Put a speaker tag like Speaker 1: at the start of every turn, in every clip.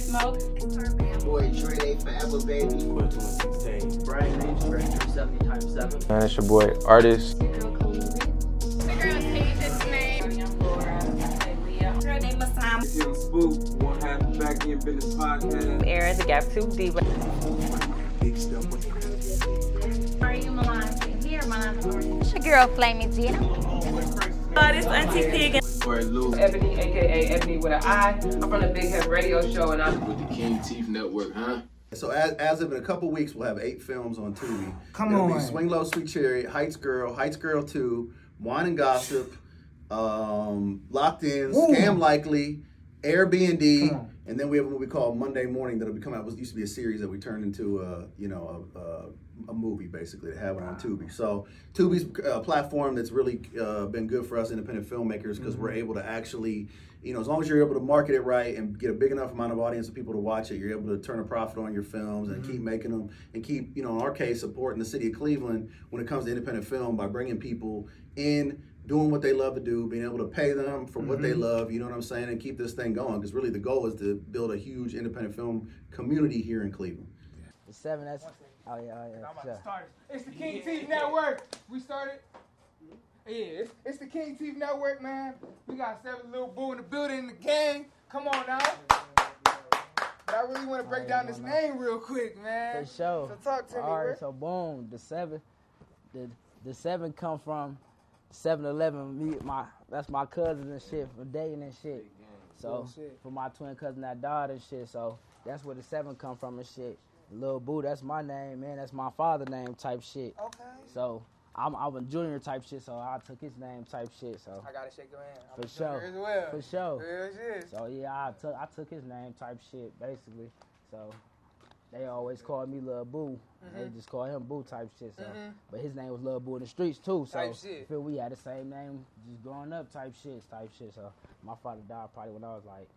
Speaker 1: smoke.
Speaker 2: Boy, Dre, they forever, baby. Brian Mays, Director 70 times 7.
Speaker 3: Man, it's your boy Artist.
Speaker 1: The girl Tasia's name. Laura. Leah. Girl name Masam.
Speaker 4: Young Spook, one half of back in business podcast.
Speaker 5: Aaron, the Gap 2 Diva.
Speaker 4: Big stuff with the
Speaker 1: Are you Milan? Here, Milan.
Speaker 6: It's your girl, Flaming Gina.
Speaker 5: Uh, this Auntie T again.
Speaker 4: Or Lou.
Speaker 5: Ebony, aka Ebony with an I. I'm from the Big Head Radio Show, and I'm
Speaker 7: with the King Teeth Network, huh?
Speaker 8: So as, as of in a couple weeks, we'll have eight films on TV. Come on. Swing Low, Sweet Chariot, Heights Girl, Heights Girl Two, Wine and Gossip, um, Locked In, Scam Likely, Airbnb, and then we have what we call Monday Morning that'll be coming out. It was- used to be a series that we turned into a you know a, uh, a, a movie basically to have it on Tubi. So Tubi's a uh, platform that's really uh, been good for us independent filmmakers because we're able to actually you know, as long as you're able to market it right and get a big enough amount of audience of people to watch it, you're able to turn a profit on your films and keep making them and keep, you know, in our case, supporting the city of Cleveland when it comes to independent film by bringing people in, doing what they love to do, being able to pay them for what they love, you know what I'm saying, and keep this thing going. Because really the goal is to build a huge independent film community here in Cleveland.
Speaker 9: Seven, that's. Oh, yeah, oh, yeah. sure.
Speaker 10: It's the King Teeth Network. We started. Yeah, it's, it's the King Teeth Network, man. We got seven little boo in the building in the gang. Come on now. But I really want to break down this name real quick, man.
Speaker 9: For sure.
Speaker 10: So talk to me,
Speaker 9: All
Speaker 10: Rick.
Speaker 9: right, so boom, the seven, the the seven come from 7-Eleven. Me, my that's my cousin and shit for dating and shit. So for my twin cousin that died and shit. So that's where the seven come from and shit. Little Boo, that's my name, man. That's my father name type shit.
Speaker 10: Okay.
Speaker 9: So I'm I'm a junior type shit. So I took his name type shit. So
Speaker 10: I gotta shake your hand. I'm
Speaker 9: for
Speaker 10: a junior
Speaker 9: sure,
Speaker 10: As well.
Speaker 9: for sure.
Speaker 10: Yes, yes.
Speaker 9: So yeah, I took I took his name type shit basically. So they always called me Lil Boo. They
Speaker 10: Mm-hmm.
Speaker 9: just call him Boo type shit. So, but his name was Lil Boo in the streets too. So
Speaker 10: Type shit.
Speaker 9: I feel we had the same name just growing up type shit type shit. So my father died probably when I was like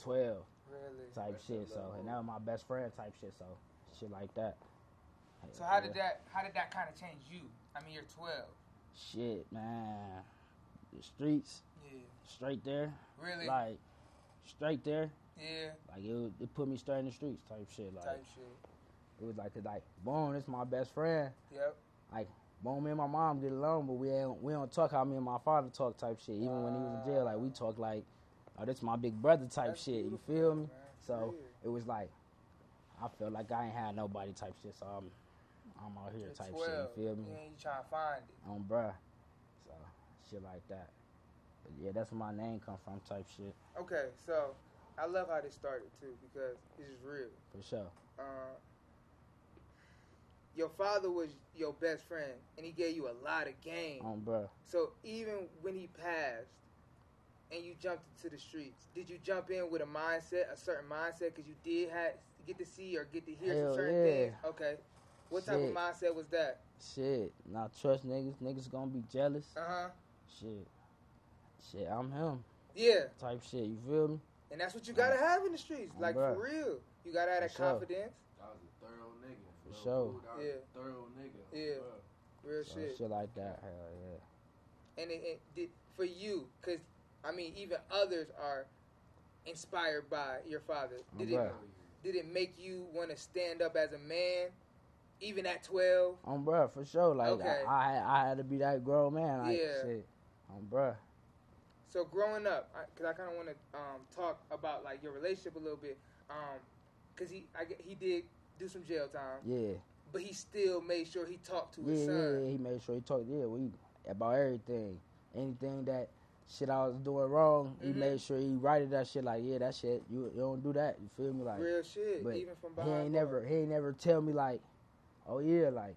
Speaker 9: twelve
Speaker 10: Really.
Speaker 9: type shit. So and that was my best friend type shit. So shit like that.
Speaker 10: So how did
Speaker 9: Yeah.
Speaker 10: that? How did that kind of change you? I mean, you're 12.
Speaker 9: Shit, man. The streets
Speaker 10: Yeah.
Speaker 9: straight there,
Speaker 10: Really.
Speaker 9: like straight there.
Speaker 10: yeah.
Speaker 9: Like it, was- it put me straight in the streets type shit. Like
Speaker 10: Type shit.
Speaker 9: It was like, it's like, boom, it's my best friend.
Speaker 10: Yep.
Speaker 9: Like, boom, me and my mom get along, but we ain't, we don't talk how me and my father talk type shit. Even when he was in jail, like we talk like, oh, this my big brother type shit. You feel me? So it was like, I felt like I ain't had nobody type shit, so I'm, I'm out here
Speaker 10: You're
Speaker 9: type
Speaker 10: 12.
Speaker 9: shit. You feel me?
Speaker 10: Yeah, you trying to find it.
Speaker 9: On bruh, so shit like that. But yeah, that's where my name come from type shit
Speaker 10: Okay, so I love how this started too because this is real.
Speaker 9: for sure.
Speaker 10: Uh, your father was your best friend, and he gave you a lot of game.
Speaker 9: On bruh.
Speaker 10: So even when he passed, and you jumped into the streets, did you jump in with a mindset, a certain mindset, because you did had get to see or get to hear
Speaker 9: Hell
Speaker 10: some certain
Speaker 9: yeah.
Speaker 10: things? Okay, what type of
Speaker 9: Shit.
Speaker 10: mindset was that?
Speaker 9: Shit, not trust niggas. Niggas gonna be jealous.
Speaker 10: Uh huh.
Speaker 9: Shit, shit, I'm him.
Speaker 10: Yeah,
Speaker 9: type shit. You feel me?
Speaker 10: and that's what you gotta have in the streets,
Speaker 9: Oh,
Speaker 10: like
Speaker 9: bruh.
Speaker 10: for real. You gotta have that
Speaker 9: For sure.
Speaker 10: confidence.
Speaker 7: That was a thorough nigga.
Speaker 9: For sure.
Speaker 10: Yeah.
Speaker 7: Thorough nigga.
Speaker 10: Yeah. Real
Speaker 9: So shit like that. Hell yeah.
Speaker 10: and it, it did for you because i mean even others are inspired by your father did it
Speaker 9: Bruh.
Speaker 10: did it make you want to stand up as a man even at 12
Speaker 9: On Um, bruh, for sure. Like
Speaker 10: Okay.
Speaker 9: I, I, had- I had to be that grown man. Like
Speaker 10: Yeah.
Speaker 9: shit. On bruh.
Speaker 10: so growing up because i, kind of want to um, talk about like your relationship a little bit because he I, get- he did do some jail time
Speaker 9: Yeah.
Speaker 10: but he still made sure he talked to
Speaker 9: Yeah,
Speaker 10: his
Speaker 9: yeah, yeah.
Speaker 10: son
Speaker 9: He made sure he talked. Yeah, we about everything, anything that shit I was doing wrong. He
Speaker 10: Mhm.
Speaker 9: made sure he righted that shit. Like yeah, that shit. You, you don't do that. You feel me? Like
Speaker 10: real shit
Speaker 9: but
Speaker 10: even from
Speaker 9: he
Speaker 10: behind
Speaker 9: ain't
Speaker 10: bars.
Speaker 9: never he ain't never tell me like, oh yeah, like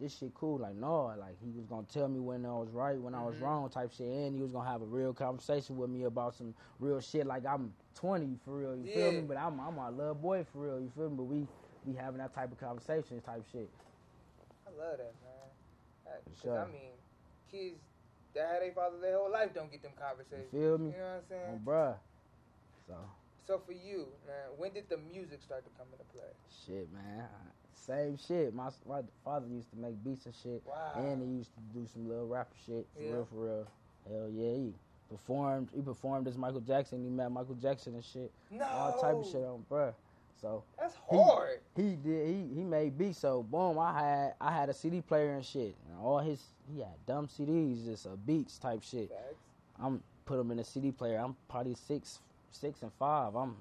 Speaker 9: this shit cool. Like no, like he was gonna tell me when I was right, when I was
Speaker 10: Mhm.
Speaker 9: wrong, type shit, and he was gonna have a real conversation with me about some real shit. Like I'm 20 for real, you feel
Speaker 10: Yeah.
Speaker 9: me? But I'm I'm my love boy for real, you feel me? But we we having that type of conversation, type shit.
Speaker 10: I love that, man. That- 'cause
Speaker 9: sure.
Speaker 10: I mean, kids that had their father their whole life don't get them
Speaker 9: You
Speaker 10: conversations.
Speaker 9: feel me?
Speaker 10: You know what I'm
Speaker 9: Oh,
Speaker 10: saying?
Speaker 9: bruh. So
Speaker 10: So for you, man, when did the music start to come into play?
Speaker 9: shit, man. Same shit. My my father used to make beats and shit,
Speaker 10: Wow.
Speaker 9: and he used to do some little rapper shit for
Speaker 10: Yeah.
Speaker 9: real, for real. Hell yeah, he Performed, he performed as Michael Jackson. He met Michael Jackson and shit. All type of shit on bruh. So
Speaker 10: That's
Speaker 9: He-
Speaker 10: hard.
Speaker 9: he did. He he made beats. So boom, I had I had a CD player and shit. And all his he had dumb CDs, just a beats type shit. I'm put them in a CD player. I'm probably six six and five. I'm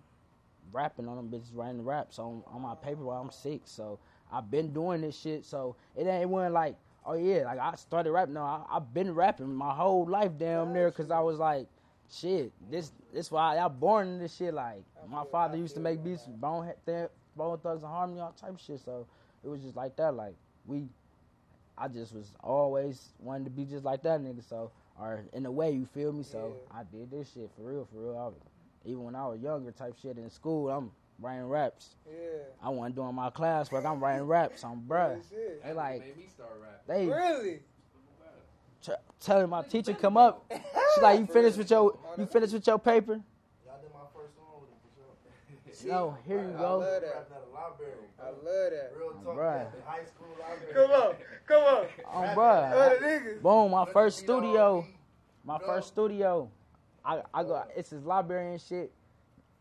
Speaker 9: rapping on them bitches, writing raps on on my paper while I'm six. So I've been doing this shit. So it ain't one like oh yeah, like I started rapping. No, I, I've been rapping my whole life damn near because I was like. Shit, this this why I born in this shit. Like my father used to make beats, with bone Th- Bone Thugs and Harmony, all type of shit. So it was just like that. Like we, I just was always wanted to be just like that nigga. So or in a way, you feel me. So I did this shit for real, for real. I was, even when I was younger, type shit in school, I'm writing raps.
Speaker 10: Yeah.
Speaker 9: I wasn't doing my classwork. I'm writing raps. I'm bruh.
Speaker 10: Shit.
Speaker 9: They like
Speaker 5: Made me start rapping.
Speaker 9: they
Speaker 10: Really?
Speaker 9: t- telling my teacher come up. She's like, you finished with your you finished with your paper.
Speaker 7: Y'all did my first song with it for sure.
Speaker 9: No, here you
Speaker 10: I
Speaker 9: go.
Speaker 10: love that.
Speaker 7: Rapping at a library.
Speaker 10: I love that.
Speaker 7: Real talk.
Speaker 9: Bruh.
Speaker 7: man. High school library.
Speaker 10: Come on. Come on.
Speaker 9: I'm
Speaker 10: Other
Speaker 9: bruh.
Speaker 10: niggas.
Speaker 9: Boom, my
Speaker 7: Put
Speaker 9: first
Speaker 7: the beat on,
Speaker 9: studio.
Speaker 7: beat.
Speaker 9: My
Speaker 7: No.
Speaker 9: first studio, I, I go. It's his library and shit.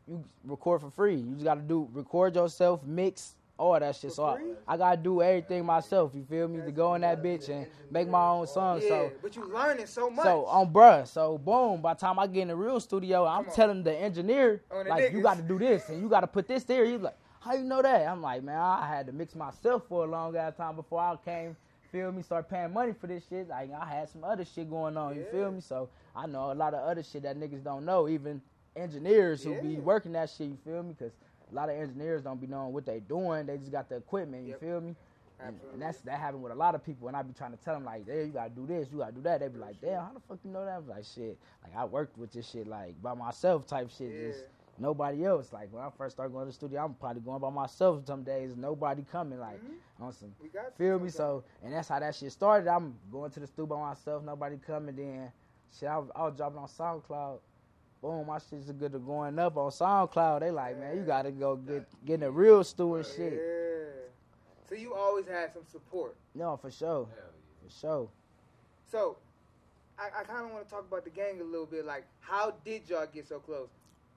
Speaker 9: You record for free. You just gotta do record yourself, mix all that shit. so I, I gotta do everything myself. You feel me? to go in that bitch and make my own song.
Speaker 10: yeah,
Speaker 9: So
Speaker 10: but you learning so much.
Speaker 9: so um, on bruh. So boom. By the time I get in the real studio, I'm
Speaker 10: Come on.
Speaker 9: telling the engineer
Speaker 10: On the
Speaker 9: like you
Speaker 10: niggas.
Speaker 9: got to do this and you got to put this there. He's like, how you know that? I'm like, man, I had to mix myself for a long ass time before I came. Feel me? Start paying money for this shit. Like I had some other shit going on. You feel me? So I know a lot of other shit that niggas don't know. Even engineers who be
Speaker 10: Yeah.
Speaker 9: working that shit. You feel me? Because a lot of engineers don't be knowing what they doing. They just got the equipment. You feel me? And, and that's that happened with a lot of people, and I be trying to tell them like, "Hey, you gotta do this, you gotta do that." They be like, "Damn, how the fuck you know that?" I was like, "Shit, like I worked with this shit like by myself, type shit, just nobody else." Like when I first started going to the studio, I'm probably going by myself some days, nobody coming, like on some
Speaker 10: We got you
Speaker 9: feel me.
Speaker 10: sometimes.
Speaker 9: So and that's how that shit started. I'm going to the studio by myself, nobody coming. Then shit, I, was- I was dropping on SoundCloud. Boom, my shit's good to going up on SoundCloud. They like, man, you gotta go get get in a real stew and shit.
Speaker 10: Yeah. So you always had some support.
Speaker 9: No, for sure, for sure.
Speaker 10: So I, I kind of want to talk about the gang a little bit. Like, how did y'all get so close?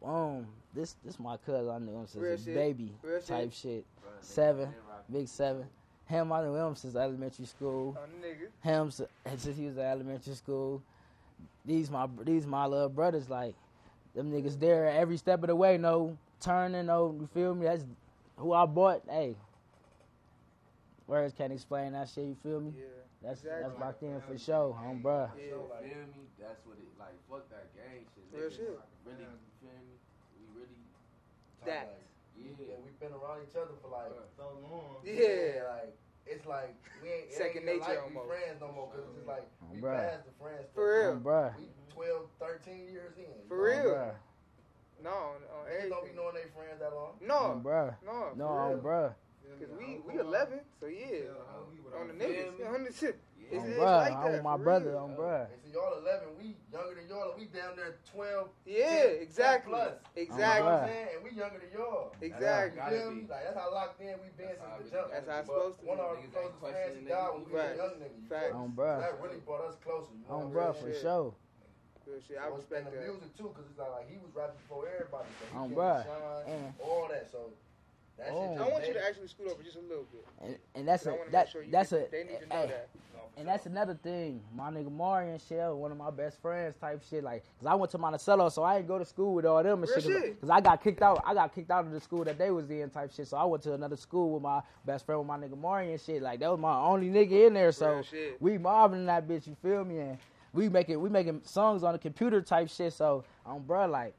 Speaker 9: Boom. This this my cousin. I knew him
Speaker 10: Real
Speaker 9: since a
Speaker 10: shit.
Speaker 9: baby
Speaker 10: Real
Speaker 9: type shit. Seven, big seven. Him, I knew him since elementary school.
Speaker 10: Oh, niggas.
Speaker 9: Him s- since he was in elementary school. These my these my little brothers. Like them niggas there every step of the way. No turning. No, you feel me? That's who I bought. Hey, words can't explain that shit. You feel me?
Speaker 10: Yeah.
Speaker 9: That's that's
Speaker 10: exactly.
Speaker 9: locked in for sure, home bruh.
Speaker 10: Yeah.
Speaker 5: You feel me? That's what it like. Fuck that gang shit.
Speaker 10: Real
Speaker 5: niggas.
Speaker 10: shit.
Speaker 5: Really, you feel me? We really,
Speaker 10: That.
Speaker 7: Yeah,
Speaker 5: yeah.
Speaker 7: we've been around each other for like so long.
Speaker 10: Yeah.
Speaker 7: like it's like we ain't it
Speaker 10: Second
Speaker 7: ain't even
Speaker 10: nature
Speaker 7: like we
Speaker 10: almost.
Speaker 7: friends no more because it's just like we
Speaker 9: Bruh.
Speaker 7: past the friends.
Speaker 10: For real.
Speaker 7: thing.
Speaker 9: Home bruh.
Speaker 7: We 12, 13 years in.
Speaker 10: For
Speaker 7: you know?
Speaker 9: Home
Speaker 10: real.
Speaker 9: bruh.
Speaker 10: No, on- on
Speaker 7: Niggas don't be
Speaker 10: everything.
Speaker 7: knowing they friends that long.
Speaker 9: Home
Speaker 10: No,
Speaker 9: bruh.
Speaker 10: no,
Speaker 9: No,
Speaker 10: Oh. for
Speaker 9: home
Speaker 10: real.
Speaker 9: bruh.
Speaker 10: Cause we we 11, so yeah, on the niggas, on the shit. It's,
Speaker 9: On
Speaker 10: it's
Speaker 9: bruh,
Speaker 10: like
Speaker 9: I'm
Speaker 10: that.
Speaker 9: with my
Speaker 10: for
Speaker 9: brother,
Speaker 10: real.
Speaker 9: on bruh.
Speaker 7: And see, y'all 11, we younger than y'all. We down there 12.
Speaker 10: Yeah,
Speaker 7: 10, 10
Speaker 10: exactly,
Speaker 7: Plus, you know what
Speaker 10: exactly,
Speaker 9: bruh.
Speaker 7: I'm saying? And we younger than y'all.
Speaker 10: exactly.
Speaker 5: Gotta
Speaker 7: You feel
Speaker 5: be.
Speaker 7: me? Like, that's how locked in we've been
Speaker 5: That's how it
Speaker 7: since the jump.
Speaker 10: That's how it's
Speaker 7: But
Speaker 10: supposed to be.
Speaker 7: One of our
Speaker 5: Niggas
Speaker 7: closest
Speaker 5: ain't
Speaker 7: friends
Speaker 5: questioning
Speaker 7: died when we was
Speaker 10: Facts.
Speaker 7: young niggas. you
Speaker 10: Facts.
Speaker 7: feel me?
Speaker 9: On bruh.
Speaker 7: That really brought us closer. You know
Speaker 9: On
Speaker 7: what I'm
Speaker 9: bruh,
Speaker 7: saying?
Speaker 9: for
Speaker 10: shit.
Speaker 9: sure.
Speaker 10: Real shit, I
Speaker 7: So it's
Speaker 10: respect
Speaker 7: been the
Speaker 10: that.
Speaker 7: music too, because it's not like he was rapping before everybody. So he getting
Speaker 9: On bruh.
Speaker 7: shine,
Speaker 9: And-
Speaker 7: all that. So that
Speaker 9: Mm. Oh.
Speaker 7: shit just
Speaker 10: I want you
Speaker 7: made
Speaker 10: to actually scoot over just a little bit.
Speaker 9: And, and that's
Speaker 10: 'cause I
Speaker 9: a
Speaker 10: want to
Speaker 9: that
Speaker 10: make sure you
Speaker 9: that's
Speaker 10: get-
Speaker 9: a eh,
Speaker 10: they need to know
Speaker 9: hey,
Speaker 10: that.
Speaker 9: and that's another thing. My nigga Mario and shit, one of my best friends, type shit. Like, cause I went to Monticello, so I didn't go to school with all them and
Speaker 10: Real
Speaker 9: shit. 'cause-
Speaker 10: shit.
Speaker 9: Cause I got kicked out. I got kicked out of the school that they was in, type shit. So I went to another school with my best friend, with my nigga Mario and shit. Like that was my only nigga in there. So
Speaker 10: Real shit.
Speaker 9: we mobbing that bitch. You feel me? And we making we making songs on the computer type shit. So um, bro, like.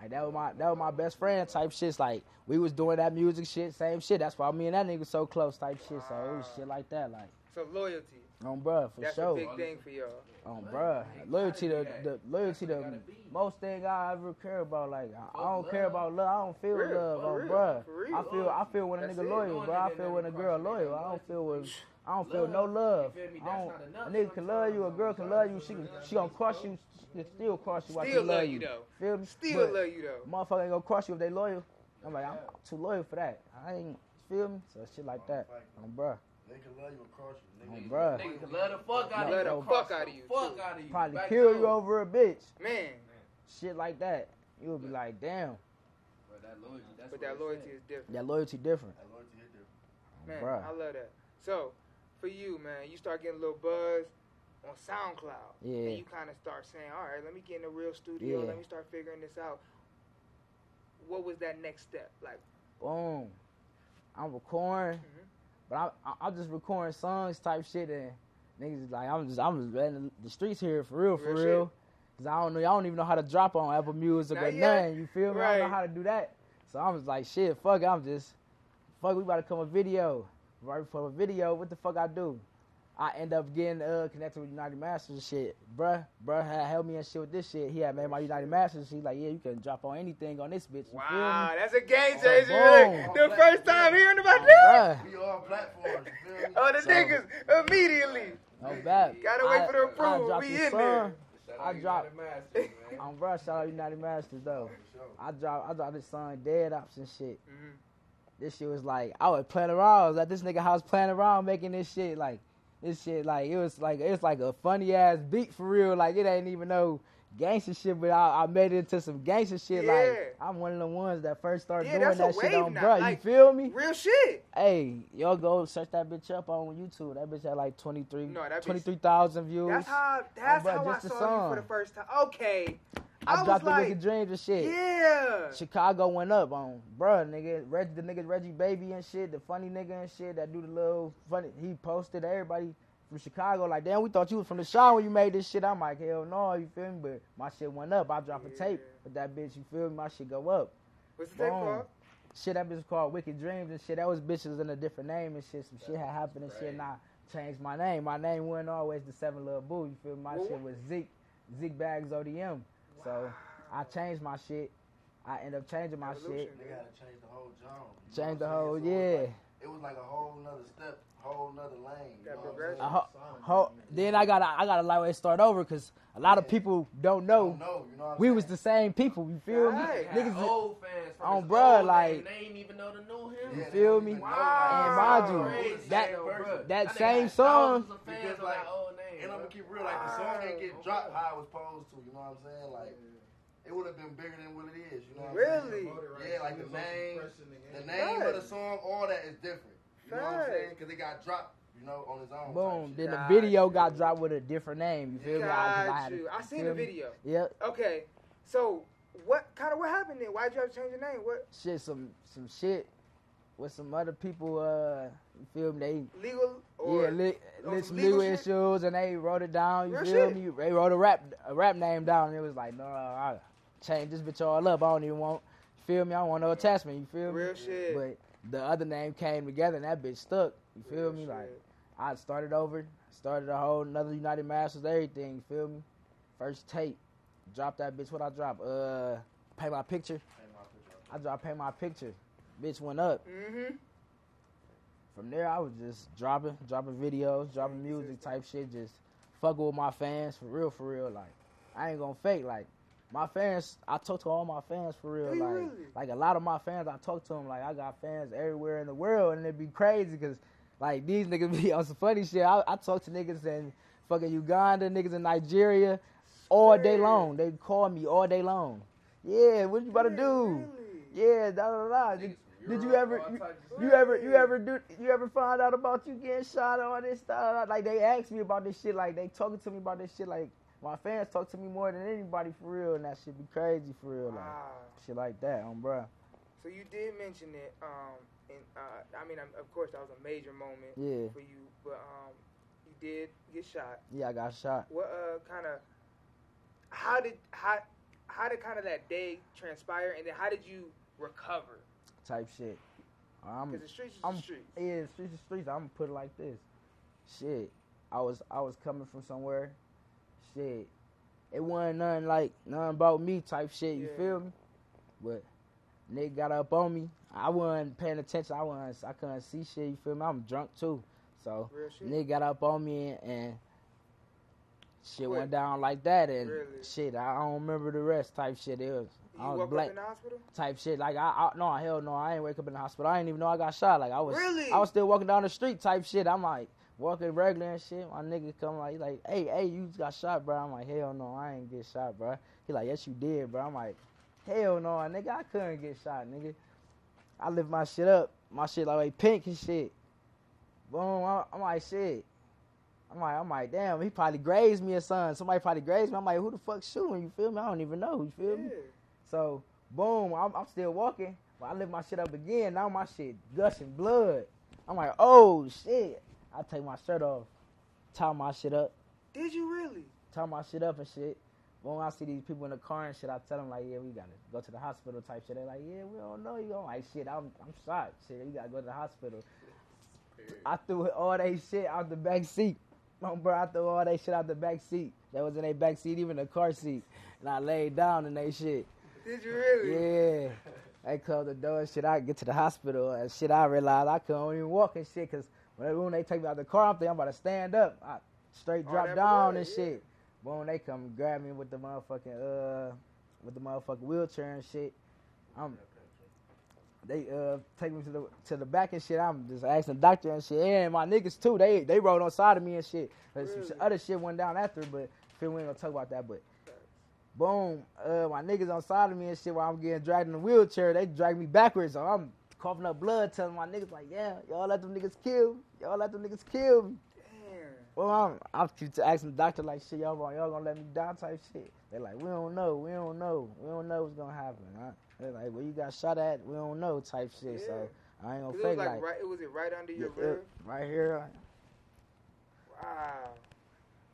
Speaker 9: Like that was my that was my best friend type shit. Like we was doing that music shit, same shit. That's why me and that nigga so close type shit. So it was shit like that, like
Speaker 10: So loyalty,
Speaker 9: on bruh for
Speaker 10: that's
Speaker 9: sure.
Speaker 10: a big thing for y'all.
Speaker 9: on bruh, loyalty to the loyalty to most thing I ever care about. Like I, I don't care about love. I don't feel
Speaker 10: Real,
Speaker 9: love
Speaker 10: for
Speaker 9: on
Speaker 10: real,
Speaker 9: bruh.
Speaker 10: for real.
Speaker 9: I feel I feel when a
Speaker 10: That's
Speaker 9: nigga
Speaker 10: it.
Speaker 9: loyal,
Speaker 5: No
Speaker 9: bro. I
Speaker 5: nigga
Speaker 9: feel
Speaker 5: never
Speaker 9: when a girl
Speaker 5: crossed me.
Speaker 9: loyal. I don't feel when I don't feel no love.
Speaker 5: You feel me?
Speaker 9: I don't,
Speaker 5: That's
Speaker 9: a
Speaker 5: not enough
Speaker 9: nigga can love you, a
Speaker 5: sometimes.
Speaker 9: girl can love you. She can, she gonna cross you, she can still cross you. while she
Speaker 10: Still love you though.
Speaker 9: Feel me?
Speaker 10: Still
Speaker 9: But-
Speaker 10: love you though.
Speaker 9: motherfucker ain't gonna cross you if they loyal. I'm like, I'm too loyal for that. I ain't feel me. So shit like that. I'm bruh.
Speaker 7: They can love you across you, nigga.
Speaker 9: Oh, bruh.
Speaker 5: Nigga can love the fuck out of
Speaker 9: Love
Speaker 5: you.
Speaker 9: the
Speaker 5: Cross
Speaker 10: fuck out of you,
Speaker 5: Fuck
Speaker 10: too.
Speaker 5: out of you.
Speaker 9: Probably
Speaker 5: Back
Speaker 9: kill
Speaker 5: up.
Speaker 9: you over a bitch.
Speaker 10: Man,
Speaker 9: Shit like that. You would be like, damn,
Speaker 5: But that loyalty. That's
Speaker 10: but
Speaker 5: what
Speaker 10: that
Speaker 5: they
Speaker 10: loyalty
Speaker 5: say.
Speaker 10: is different.
Speaker 9: that loyalty different.
Speaker 7: That loyalty hit different.
Speaker 10: Man,
Speaker 9: Bruh.
Speaker 10: I love that. So, for you, man, you start getting a little buzz on SoundCloud.
Speaker 9: Yeah.
Speaker 10: And you kind of start saying, all right, let me get in a real studio.
Speaker 9: Yeah.
Speaker 10: Let me start figuring this out. What was that next step? Like,
Speaker 9: Boom. I'm recording,
Speaker 10: Mhm.
Speaker 9: but I, I, I'm just recording songs type shit and niggas is like I'm just I'm just letting the streets hear it for real for
Speaker 10: Real
Speaker 9: real.
Speaker 10: shit.
Speaker 9: Cause I don't know, I don't even know how to drop on Apple Music
Speaker 10: Not
Speaker 9: or
Speaker 10: yet.
Speaker 9: nothing. You feel me? I don't
Speaker 10: Right.
Speaker 9: know how to do that. So I was like, shit, fuck. it, I'm just fuck. We about to come a video. Right before a video, what the fuck I do? I end up getting uh connected with United Masters and shit. Bruh, bruh had helped me and shit with this shit. He had made my United Masters. He's like, yeah, you can drop on anything on this bitch. You
Speaker 10: wow, that's a game changer.
Speaker 9: boom.
Speaker 10: The first time hearing about
Speaker 9: feel me?
Speaker 10: that.
Speaker 9: Bruh.
Speaker 7: We all platforms, you feel me?
Speaker 10: Oh, the
Speaker 9: So-
Speaker 10: niggas immediately.
Speaker 9: No bad.
Speaker 10: Gotta wait
Speaker 9: I-
Speaker 10: for the
Speaker 9: I
Speaker 10: approval.
Speaker 9: dropped
Speaker 10: We
Speaker 9: this
Speaker 10: in
Speaker 9: song.
Speaker 10: there.
Speaker 5: Shout
Speaker 9: I
Speaker 5: out
Speaker 9: dropped-
Speaker 5: United Masters, man.
Speaker 9: On Rush, shout out United Masters though.
Speaker 7: For sure.
Speaker 9: I dropped, I dropped this song Dead Ops and shit.
Speaker 10: Mhm.
Speaker 9: This shit was like I was playing around. I was at this nigga house playing around, making this shit like this shit like it was like it's like a funny ass beat for real. Like it ain't even no gangster shit, but I, I made it into some gangster shit. Like
Speaker 10: Yeah.
Speaker 9: I'm one of the ones that first started
Speaker 10: Yeah,
Speaker 9: doing
Speaker 10: that's a
Speaker 9: that shit
Speaker 10: wave
Speaker 9: on
Speaker 10: now,
Speaker 9: bruh.
Speaker 10: like-
Speaker 9: you feel me?
Speaker 10: Real shit.
Speaker 9: Hey, y'all go search that bitch up on YouTube. That bitch had like 23
Speaker 10: No, that bitch-
Speaker 9: 23,000 views.
Speaker 10: That's how. That's
Speaker 9: Oh, bruh,
Speaker 10: how I
Speaker 9: just the
Speaker 10: saw you for
Speaker 9: song.
Speaker 10: the first time. Okay. I,
Speaker 9: I,
Speaker 10: was
Speaker 9: dropped the
Speaker 10: like,
Speaker 9: Wicked Dreams and shit.
Speaker 10: yeah.
Speaker 9: Chicago went up on bruh nigga Reg, the nigga Reggie Baby and shit, the funny nigga and shit that do the little funny. He posted everybody from Chicago like, damn, we thought you was from the show when you made this shit. I'm like, hell no, you feel me? But my shit went up. I dropped a tape
Speaker 10: Yeah.
Speaker 9: with that bitch. You feel me? My shit go up.
Speaker 10: What's the tape
Speaker 9: Boom.
Speaker 10: called?
Speaker 9: Shit, that bitch was called Wicked Dreams and shit. That was bitches in a different name and shit. Some shit had happened and shit. And I changed my name. My name wasn't always the Seven Little Boo. You feel me? My
Speaker 10: Well,
Speaker 9: shit was Zeke Zeke Bags ODM. So I changed my shit. I end up changing my shit.
Speaker 10: Evolution.
Speaker 7: They gotta change the whole genre. you know
Speaker 9: Change the
Speaker 7: what I'm
Speaker 9: whole,
Speaker 7: saying? So it's
Speaker 9: yeah.
Speaker 7: like- It was like a whole nother step, whole nother lane. You
Speaker 10: That
Speaker 7: know what I'm
Speaker 10: progression.
Speaker 7: saying?
Speaker 9: A ho- ho- then I gotta, I gotta lightweight start over because a lot of
Speaker 7: Yeah.
Speaker 9: people don't
Speaker 7: I
Speaker 9: know
Speaker 7: don't know, you know what I'm
Speaker 9: we
Speaker 7: saying?
Speaker 9: was the same people. You feel me?
Speaker 10: Right.
Speaker 5: Got
Speaker 9: Niggas,
Speaker 5: old fans from
Speaker 9: on
Speaker 5: his
Speaker 9: bruh,
Speaker 5: old
Speaker 9: like-
Speaker 5: name. they ain't even know the new him.
Speaker 7: Yeah, they
Speaker 9: feel
Speaker 7: don't
Speaker 9: me?
Speaker 7: even know,
Speaker 10: Wow.
Speaker 7: like,
Speaker 9: And mind
Speaker 7: it's
Speaker 9: you,
Speaker 7: the
Speaker 9: that-
Speaker 7: same person.
Speaker 9: that
Speaker 5: nigga
Speaker 9: same
Speaker 5: got
Speaker 9: song-
Speaker 5: thousands of fans
Speaker 7: Because,
Speaker 5: on
Speaker 7: like,
Speaker 5: that old name,
Speaker 7: And I'm
Speaker 5: bruh.
Speaker 7: gonna keep real, like the song ain't get dropped how it was supposed to. You know what I'm saying? Like it would have been bigger than what it is. You know what I'm saying?
Speaker 10: Really?
Speaker 7: Yeah, like the name, the name
Speaker 10: Right.
Speaker 7: of the song, all that is different. You know what I'm
Speaker 10: Right.
Speaker 7: saying? Because it got dropped, you know, on its own. type
Speaker 9: boom.
Speaker 7: shit.
Speaker 9: Then the
Speaker 10: Oh, Got
Speaker 9: video
Speaker 10: you.
Speaker 9: got dropped with a different name. You feel me? I- 'cause I
Speaker 10: Got
Speaker 9: had a-
Speaker 10: you. I
Speaker 9: you
Speaker 10: seen
Speaker 9: feel
Speaker 10: the
Speaker 9: me?
Speaker 10: video.
Speaker 9: Yep.
Speaker 10: Okay. So what kind of what happened then? Why'd you have to change your name? What
Speaker 9: shit some some shit with some other people uh you feel me they
Speaker 10: legal or
Speaker 9: yeah lit,
Speaker 10: on
Speaker 9: lit
Speaker 10: some
Speaker 9: some
Speaker 10: legal
Speaker 9: legal
Speaker 10: shit?
Speaker 9: issues and they wrote it down you
Speaker 10: Real
Speaker 9: feel
Speaker 10: shit.
Speaker 9: me they wrote a rap a rap name down and it was like no I changed this bitch all up I don't even want you feel me I don't want no attachment you feel me
Speaker 10: real shit?
Speaker 9: but the other name came together and that bitch stuck you feel
Speaker 10: Real
Speaker 9: me
Speaker 10: shit.
Speaker 9: like I started over, started a whole another United Masters, everything, you feel me? First tape, drop that bitch. What I drop? Uh, paint my picture. I dropped paint my picture. Bitch went up.
Speaker 10: Mhm.
Speaker 9: From there, I was just dropping, dropping videos, dropping music type shit, just fucking with my fans for real, for real. Like, I ain't gonna fake. Like, my fans, I talk to all my fans for real.
Speaker 10: Do you
Speaker 9: like,
Speaker 10: really?
Speaker 9: like a lot of my fans, I talk to them. Like, I got fans everywhere in the world, and it'd be crazy because, like, these niggas be on some funny shit. I, I talk to niggas in fucking Uganda, niggas in Nigeria, all day long. They call me all day long. Yeah, what you about to do?
Speaker 10: Really?
Speaker 9: Yeah, da da da. da. Did, did you ever you, you ever you ever do you ever find out about you getting shot and all this stuff? Like they asked me about this shit. Like they talking to me about this shit. Like my fans talk to me more than anybody for real, and that shit be crazy for real. Like
Speaker 10: Wow.
Speaker 9: shit like that, um, bruh.
Speaker 10: Ah, So you did mention it. Um, and uh, I mean, um, of course, that was a major moment
Speaker 9: Yeah,
Speaker 10: for you. But um, you did get shot.
Speaker 9: yeah, I got shot.
Speaker 10: What uh kind of? How did how how did kind of that day transpire, and then how did you recover?
Speaker 9: Type shit. I'm
Speaker 10: Because the streets is
Speaker 9: Mm. I'm-
Speaker 10: the streets.
Speaker 9: Yeah, streets to streets. I'm gonna put it like this. Shit, I was I was coming from somewhere. Shit, it wasn't nothing like nothing about me type shit. You
Speaker 10: Yeah.
Speaker 9: feel me? But nigga got up on me. I wasn't paying attention. I wasn't. I couldn't see shit. You feel me? I'm drunk too. So
Speaker 10: Real shit.
Speaker 9: nigga got up on me and, and shit
Speaker 10: Quick.
Speaker 9: went down like that. And
Speaker 10: Really?
Speaker 9: shit, I don't remember the rest type shit. It was I
Speaker 10: woke
Speaker 9: was
Speaker 10: up
Speaker 9: black
Speaker 10: in the hospital?
Speaker 9: type shit. Like I, I no hell no, I ain't wake up in the hospital. I didn't even know I got shot. Like I was
Speaker 10: Really?
Speaker 9: I was still walking down the street type shit. I'm like walking regular and shit. My nigga come like he like, hey, hey, you got shot, bro. I'm like, hell no, I ain't get shot, bro. He like, yes you did, bro. I'm like, hell no, nigga, I couldn't get shot, nigga. I lift my shit up. My shit like, like pink and shit. Boom, I'm, I'm like shit. I'm like, I'm like, damn, he probably grazed me or something. Somebody probably grazed me. I'm like, who the fuck shooting? You feel me? I don't even know. You feel me? So boom, I'm, I'm still walking. But I lift my shit up again. Now my shit gushing blood. I'm like, oh shit. I take my shirt off, tie my shit up,
Speaker 10: Did you really?
Speaker 9: tie my shit up and shit. When I see these people in the car and shit, I tell them like, yeah, we gotta go to the hospital type shit. They're like, yeah, we don't know you. I'm like, shit, I'm I'm shot. Shit, you gotta go to the hospital. I threw all they shit out the back seat. My bro, I threw all they shit out the back seat. That was in their back seat, even the car seat. And I laid down in they shit.
Speaker 10: Did you really?
Speaker 9: Yeah. They closed the door and shit. I get to the hospital and shit. I realized I couldn't even walk and shit because when when they take me out the car, I'm thinking I'm about to stand up. I straight
Speaker 10: All
Speaker 9: drop
Speaker 10: Oh, that
Speaker 9: down
Speaker 10: blood,
Speaker 9: and
Speaker 10: yeah.
Speaker 9: shit. But when they come grab me with the motherfucking uh with the motherfucking wheelchair and shit, I'm they uh take me to the to the back and shit. I'm just asking the doctor and shit. And my niggas too. They they rode on side of me and shit. But some
Speaker 10: Really?
Speaker 9: other shit went down after, but feel we ain't gonna talk about that. But boom, uh, my niggas on side of me and shit while I'm getting dragged in the wheelchair, they drag me backwards. So I'm coughing up blood, telling my niggas like, yeah, y'all let them niggas kill, me. y'all let them niggas kill me.
Speaker 10: Damn.
Speaker 9: Well, I'm I'm keep asking the doctor like, shit, y'all gonna y'all gonna let me die type shit. They like, we don't know, we don't know, we don't know what's gonna happen. Huh? They like, well, you got shot at, we don't know type shit. So I
Speaker 10: 'Cause it
Speaker 9: ain't gonna
Speaker 10: was
Speaker 9: Oh, fake
Speaker 10: like,
Speaker 9: like,
Speaker 10: right, it was it right under your
Speaker 9: Yeah,
Speaker 10: rib?
Speaker 9: right here,
Speaker 10: Wow.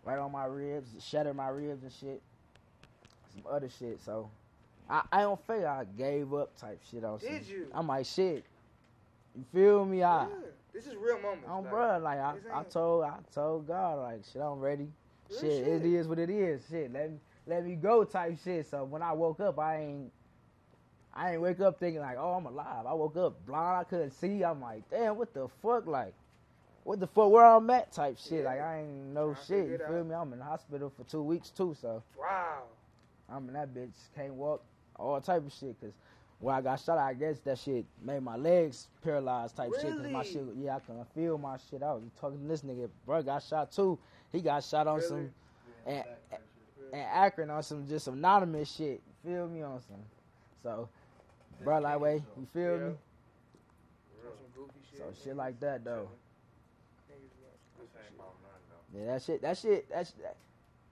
Speaker 9: right on my ribs, shattered my ribs and shit, some other shit. So I, I don't feel I gave up type shit. On some-
Speaker 10: Did you?
Speaker 9: I'm like shit. You feel me? I,
Speaker 10: Yeah. This is real moments.
Speaker 9: I'm
Speaker 10: like,
Speaker 9: Ah. Oh, bruh, Like I,
Speaker 10: this
Speaker 9: I
Speaker 10: ain't-
Speaker 9: told, I told God, like shit, I'm ready.
Speaker 10: Real
Speaker 9: Shit, it
Speaker 10: shit.
Speaker 9: is what it is. Shit, let me, let me go type shit. So when I woke up, I ain't. I ain't wake up thinking like, oh, I'm alive. I woke up blind. I couldn't see. I'm like, damn, what the fuck? Like, what the fuck? Where I'm at? Type
Speaker 10: Yeah.
Speaker 9: shit. Like, I ain't no
Speaker 10: Tryna
Speaker 9: shit.
Speaker 10: figure
Speaker 9: You
Speaker 10: it
Speaker 9: feel
Speaker 10: out.
Speaker 9: me? I'm in the hospital for two weeks too. So
Speaker 10: Wow.
Speaker 9: I'm in that bitch. Can't walk. All type of shit. Cause when I got shot, I guess that shit made my legs paralyzed type shit. Cause my
Speaker 10: Really?
Speaker 9: shit, yeah, I couldn't feel my shit. I was talking to this nigga. Bro, got shot too. He got shot on
Speaker 10: Really?
Speaker 9: some and, and Akron on some just some anonymous shit. You feel me on some. So, bro, like way. You feel me?
Speaker 10: On some goofy shit.
Speaker 9: So shit like that though.
Speaker 10: Niggas-
Speaker 9: Yeah, that shit. That shit. That's that,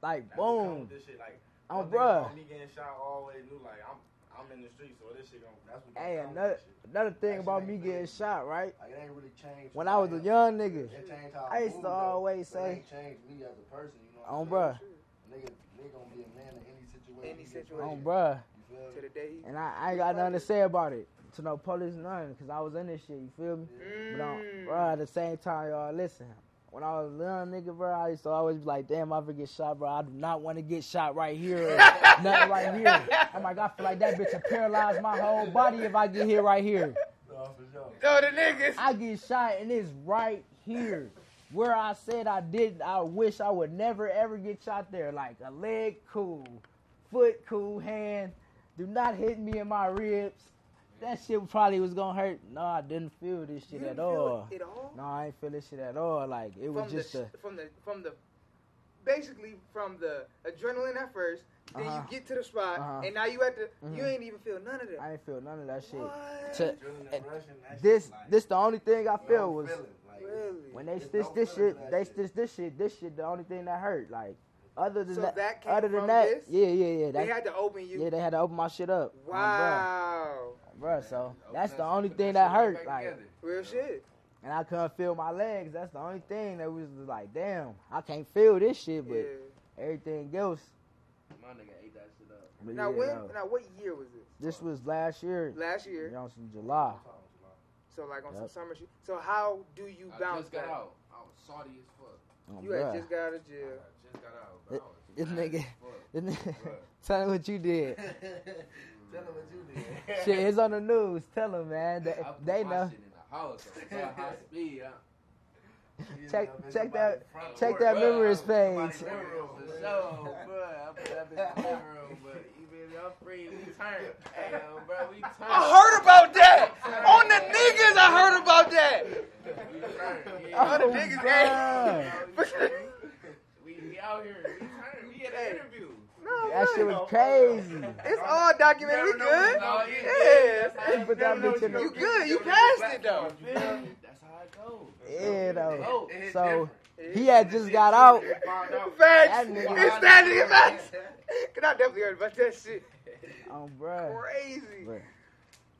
Speaker 9: like boom.
Speaker 11: This shit, like,
Speaker 9: Oh,
Speaker 11: one thing
Speaker 9: bruh.
Speaker 11: about Me getting shot, I always knew, like, I'm, I'm in the street, so this shit gonna, that's what
Speaker 9: Hey,
Speaker 11: gonna come
Speaker 9: another
Speaker 11: with shit.
Speaker 9: another thing
Speaker 7: That
Speaker 9: about
Speaker 7: shit
Speaker 9: me
Speaker 7: ain't
Speaker 9: getting
Speaker 7: good.
Speaker 9: shot, right?
Speaker 7: Like, it ain't really changed.
Speaker 9: When
Speaker 7: who
Speaker 9: I was a
Speaker 7: am.
Speaker 9: young nigga,
Speaker 7: It changed how
Speaker 9: I used
Speaker 7: move,
Speaker 9: to
Speaker 7: though,
Speaker 9: always
Speaker 7: but it
Speaker 9: say-
Speaker 7: ain't changed me as a person. You know what
Speaker 9: on
Speaker 7: I'm
Speaker 9: bruh,
Speaker 7: saying? Nigga, nigga gonna be a man in any situation.
Speaker 10: Any
Speaker 7: he get
Speaker 10: situation.
Speaker 9: on
Speaker 7: put
Speaker 9: oh, bruh.
Speaker 7: in, You
Speaker 10: To
Speaker 7: feel me?
Speaker 10: the day he.
Speaker 9: And I, I ain't got nothing to say about it. To no police, nothing, because I was in this shit, you feel me? But um,
Speaker 10: Mm.
Speaker 9: bruh, at the same time, y'all, listen. When I was a little nigga, bro, I used to always be like, damn, I ever get shot, bro. I do not want to get shot right here or nothing right here. I'm like, I feel like that bitch will paralyze my whole body if I get hit right here.
Speaker 7: No, for sure.
Speaker 10: No, the niggas.
Speaker 9: I get shot and it's right here. Where I said I did I wish I would never ever get shot there. Like a leg cool, foot cool, hand. Do not hit me in my ribs. That shit probably was gonna hurt. No, I didn't feel this
Speaker 10: You
Speaker 9: shit
Speaker 10: didn't
Speaker 9: at
Speaker 10: feel
Speaker 9: all.
Speaker 10: it At all?
Speaker 9: No, I ain't feel this shit at all. Like it was
Speaker 10: from
Speaker 9: just
Speaker 10: the,
Speaker 9: a
Speaker 10: sh from the from the basically from the adrenaline at first. Then
Speaker 9: Uh-huh.
Speaker 10: you get to the spot,
Speaker 9: Uh-huh.
Speaker 10: and now you at the. You
Speaker 9: Mhm.
Speaker 10: ain't even feel none of that.
Speaker 9: I ain't feel none of that shit.
Speaker 10: What?
Speaker 9: To-
Speaker 7: Drilling
Speaker 9: and
Speaker 7: and rushing, that shit,
Speaker 9: this
Speaker 7: like,
Speaker 9: this the only thing I
Speaker 7: no
Speaker 9: feel was
Speaker 7: feeling, like,
Speaker 10: really?
Speaker 9: when they
Speaker 7: It's
Speaker 9: stitch
Speaker 7: no
Speaker 9: this
Speaker 7: feeling
Speaker 9: shit,
Speaker 7: to that
Speaker 9: they
Speaker 7: shit.
Speaker 9: stitch this shit, this shit the only thing that hurt. Like other than
Speaker 10: So
Speaker 9: that,
Speaker 10: that came
Speaker 9: other than
Speaker 10: from
Speaker 9: that,
Speaker 10: this?
Speaker 9: yeah, yeah,
Speaker 10: they
Speaker 9: yeah. That,
Speaker 10: had to open you.
Speaker 9: Yeah, they had to open my shit up. on
Speaker 10: wow.
Speaker 9: Bruh, bruh, so
Speaker 5: Open
Speaker 9: that's
Speaker 5: that
Speaker 9: the
Speaker 5: shit,
Speaker 9: only
Speaker 5: put
Speaker 9: thing
Speaker 5: that shit
Speaker 9: that
Speaker 5: back
Speaker 9: hurt. Like,
Speaker 5: together.
Speaker 10: Real shit.
Speaker 9: and I couldn't feel my legs. That's the only thing that was like, damn, I can't feel this shit, but
Speaker 10: Yeah.
Speaker 9: everything else.
Speaker 5: My nigga ate that shit up.
Speaker 9: But
Speaker 10: Now
Speaker 9: yeah,
Speaker 10: when?
Speaker 9: no.
Speaker 10: Now what year was this?
Speaker 9: this was last year,
Speaker 10: Last
Speaker 9: you
Speaker 10: year.
Speaker 9: know, some July.
Speaker 10: So like on some
Speaker 9: Yep.
Speaker 10: summer shit. So how do you
Speaker 5: I
Speaker 10: bounce
Speaker 5: just got
Speaker 10: back?
Speaker 5: out. I was salty as fuck.
Speaker 9: Oh,
Speaker 10: You had
Speaker 9: bruh.
Speaker 10: just got out of
Speaker 5: I
Speaker 10: jail.
Speaker 5: just got out. But I was
Speaker 9: This
Speaker 5: mad
Speaker 9: nigga-
Speaker 5: as fuck.
Speaker 9: This nigga-
Speaker 5: Bruh.
Speaker 9: Tell him what you did.
Speaker 7: Tell him what you did.
Speaker 9: shit, it's on the news. Tell him, man. They,
Speaker 5: I put
Speaker 9: they
Speaker 5: my
Speaker 9: know.
Speaker 5: Shit in the house. I was on high speed. I,
Speaker 7: You
Speaker 9: Check-
Speaker 7: know, bitch,
Speaker 9: check that-
Speaker 7: somebody front
Speaker 9: Check
Speaker 7: door,
Speaker 9: that
Speaker 5: Bruh,
Speaker 7: bruh.
Speaker 5: I
Speaker 9: memories page.
Speaker 7: Somebody living room,
Speaker 5: For
Speaker 7: bruh.
Speaker 5: sure, bruh. I put that bitch in the living room, but even nigga. Y'all free. We turn. Damn, bro. We turn.
Speaker 10: I heard about that. On the niggas, I heard about that.
Speaker 5: We turn. Yeah.
Speaker 10: On the niggas, hey.
Speaker 5: We, we out here. We turn. We at an interview.
Speaker 10: No,
Speaker 9: That shit was crazy.
Speaker 10: It's all documented. We
Speaker 5: Never know when
Speaker 10: good.
Speaker 5: it's all in.
Speaker 10: Yeah.
Speaker 5: That's how-
Speaker 9: Put that
Speaker 5: never know
Speaker 9: bitch in
Speaker 5: what
Speaker 10: You
Speaker 5: you
Speaker 10: good. You passed it, though.
Speaker 5: gonna do. That's how it goes.
Speaker 9: Yeah, though.
Speaker 5: It hit
Speaker 9: So he had just got out.
Speaker 5: Find out.
Speaker 9: That
Speaker 10: Facts.
Speaker 9: nigga-
Speaker 10: It's that nigga facts. Cause I definitely heard about that shit.
Speaker 9: Um, bruh.
Speaker 10: Crazy.
Speaker 9: But,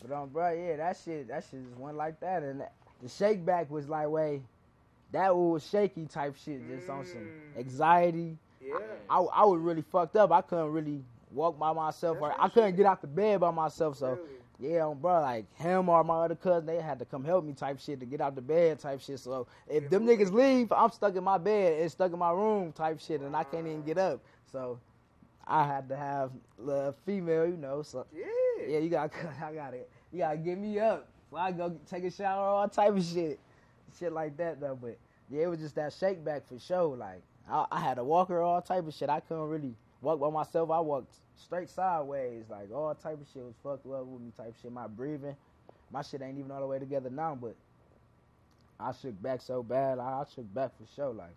Speaker 9: but um, bruh, yeah, that shit, that shit just went like that, and that, the shake back was like way, that was shaky type shit, just on some
Speaker 10: Mm.
Speaker 9: anxiety.
Speaker 10: Yeah.
Speaker 9: I, I was really fucked up. I couldn't really walk by myself, or I couldn't get out the bed by myself. So
Speaker 10: Really.
Speaker 9: yeah, um, bruh, like him or my other cousin, they had to come help me type shit to get out the bed type shit. So if them niggas leave, I'm stuck in my bed and stuck in my room type shit, and I can't even get up. So I had to have the female, you know, so
Speaker 10: Yeah.
Speaker 9: yeah, you got I got it. You gotta get me up. Well, I go take a shower, all type of shit, shit like that though. But yeah, it was just that shake back for sure. Like I, I had a walker, all type of shit. I couldn't really walk by myself. I walked straight sideways. Like all type of shit was fucked up with me. Type shit. My breathing, my shit ain't even all the way together now. But I shook back so bad. I, I shook back for sure. Like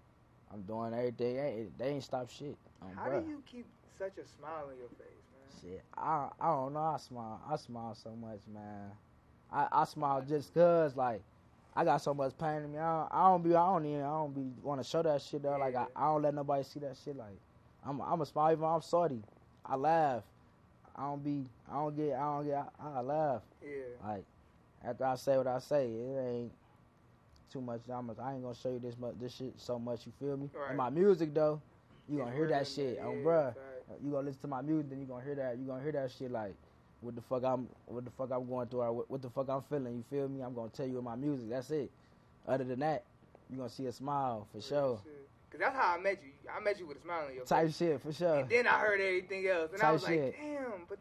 Speaker 9: I'm doing everything. They, they ain't stop shit. Um,
Speaker 10: How
Speaker 9: bruh.
Speaker 10: do you keep such a smile on your face,
Speaker 9: Shit, I I don't know. I smile. I smile so much, man. I, I smile just cause like I got so much pain in me. I don't, I don't be. I don't even. I don't be want to show that shit though. Like I,
Speaker 10: Yeah.
Speaker 9: I don't let nobody see that shit. Like I'm I'm a smile. Even I'm sorry. I laugh. I don't be. I don't get. I don't get. I, I laugh.
Speaker 10: man? Yeah.
Speaker 9: Like after I say what I say, it ain't too much. I'm, I ain't gonna show you this much. This shit so much. You feel me?
Speaker 10: Right.
Speaker 9: And my music though, you
Speaker 10: It's
Speaker 9: gonna hear that
Speaker 10: really-
Speaker 9: shit, oh
Speaker 10: yeah,
Speaker 9: bruh
Speaker 10: facts.
Speaker 9: you gonna listen to my music, then you gonna hear that. You gonna hear that shit like, what the fuck I'm, what the fuck I'm going through, or what, what the fuck I'm feeling. You feel me? I'm gonna tell you in my music. That's it. Other than that, you gonna see a smile for
Speaker 10: Real
Speaker 9: sure.
Speaker 10: shit. Cause that's how I met you. I met you with a smile on your face.
Speaker 9: Type shit for sure.
Speaker 10: And then I heard everything else, and I
Speaker 9: Type
Speaker 10: was like,
Speaker 9: shit.
Speaker 10: damn. But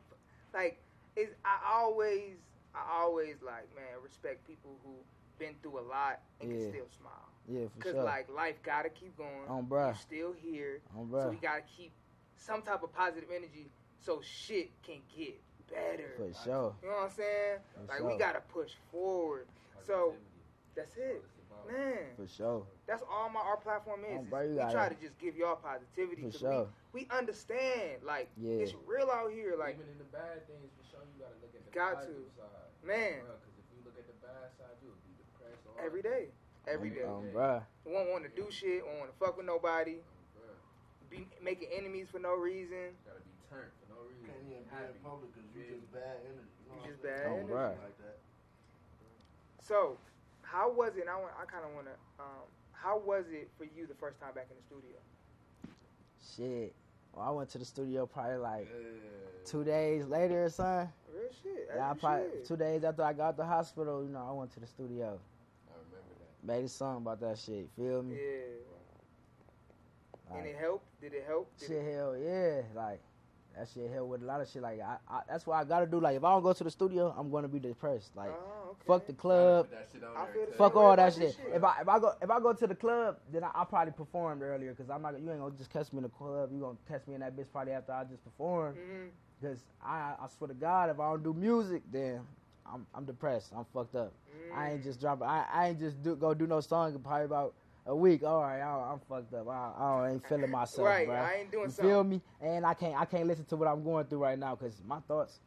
Speaker 10: like, it's I always, I always like, man, respect people who been through a lot and
Speaker 9: Yeah.
Speaker 10: can still smile.
Speaker 9: Yeah, for
Speaker 10: Cause
Speaker 9: sure.
Speaker 10: like life gotta keep going.
Speaker 9: on bruh,
Speaker 10: You're still here,
Speaker 9: on
Speaker 10: so
Speaker 9: bruh,
Speaker 10: we gotta keep some type of positive energy so shit can get better.
Speaker 9: for sure.
Speaker 10: You know what I'm saying?
Speaker 9: For
Speaker 10: Like
Speaker 9: sure.
Speaker 10: we gotta push forward. So that's it, man.
Speaker 9: for sure.
Speaker 10: That's all my our platform is.
Speaker 9: Oh,
Speaker 10: is
Speaker 9: bro, you
Speaker 10: we
Speaker 9: gotta-
Speaker 10: try to just give y'all positivity.
Speaker 9: For
Speaker 10: 'cause
Speaker 9: sure.
Speaker 10: we, we understand, like
Speaker 9: Yeah.
Speaker 10: it's real out here. Like
Speaker 5: even in the bad things, for sure, you gotta look at the
Speaker 10: Got
Speaker 5: positive side.
Speaker 10: man,
Speaker 5: Because if you look at the bad side, you'll be depressed. all
Speaker 10: every day, every
Speaker 9: on,
Speaker 10: day.
Speaker 9: On bruh.
Speaker 10: Won't want to do shit. Won't want to fuck with nobody.
Speaker 5: Bruh,
Speaker 10: Be making enemies for no reason.
Speaker 5: you gotta be turned for no
Speaker 7: You
Speaker 5: reason.
Speaker 7: can't even be
Speaker 5: Happy.
Speaker 7: in public because you
Speaker 5: Yeah.
Speaker 7: just bad energy. You know
Speaker 10: You
Speaker 7: what
Speaker 10: just
Speaker 7: I'm saying?
Speaker 10: bad Oh,
Speaker 9: energy. right.
Speaker 7: Like that.
Speaker 10: So, how was it? And I want. I kind of want to. Um, how was it for you the first time back in the studio?
Speaker 9: Shit. Well, I went to the studio probably like
Speaker 5: Yeah.
Speaker 9: two days later or something.
Speaker 10: Real shit. as
Speaker 9: Yeah, I
Speaker 10: you
Speaker 9: probably
Speaker 10: should.
Speaker 9: two days after I got out the hospital. You know, I went to the studio,
Speaker 5: I remember that.
Speaker 9: made a song about that shit. Feel me?
Speaker 10: Yeah.
Speaker 9: Like-
Speaker 10: And it helped. Did it help? Did
Speaker 9: Shit,
Speaker 10: It,
Speaker 9: hell yeah, like that shit help with a lot of shit. Like I, I, that's what I gotta do. Like if I don't go to the studio, I'm gonna be depressed. Like
Speaker 10: oh, okay.
Speaker 9: fuck the club,
Speaker 5: Put that shit on
Speaker 10: I
Speaker 5: there,
Speaker 10: feel
Speaker 5: cuz.
Speaker 10: the
Speaker 9: fuck
Speaker 10: worry
Speaker 9: all
Speaker 10: about
Speaker 9: that
Speaker 10: this
Speaker 9: shit.
Speaker 10: shit.
Speaker 9: If I if I go if I go to the club, then I, I probably performed earlier because I'm not. You ain't gonna just catch me in the club. You gonna catch me in that bitch probably after I just performed.
Speaker 10: Mhm.
Speaker 9: Cause I I swear to God, if I don't do music, then I'm I'm depressed. I'm fucked up.
Speaker 10: mm-hmm.
Speaker 9: I ain't just drop. I, I ain't just do, go do no song in probably about a week. All right, I, I'm fucked up. I, I ain't feeling myself.
Speaker 10: right.
Speaker 9: bruh.
Speaker 10: I ain't doing
Speaker 9: You
Speaker 10: something.
Speaker 9: feel me? And I can't I can't listen to what I'm going through right now because my thoughts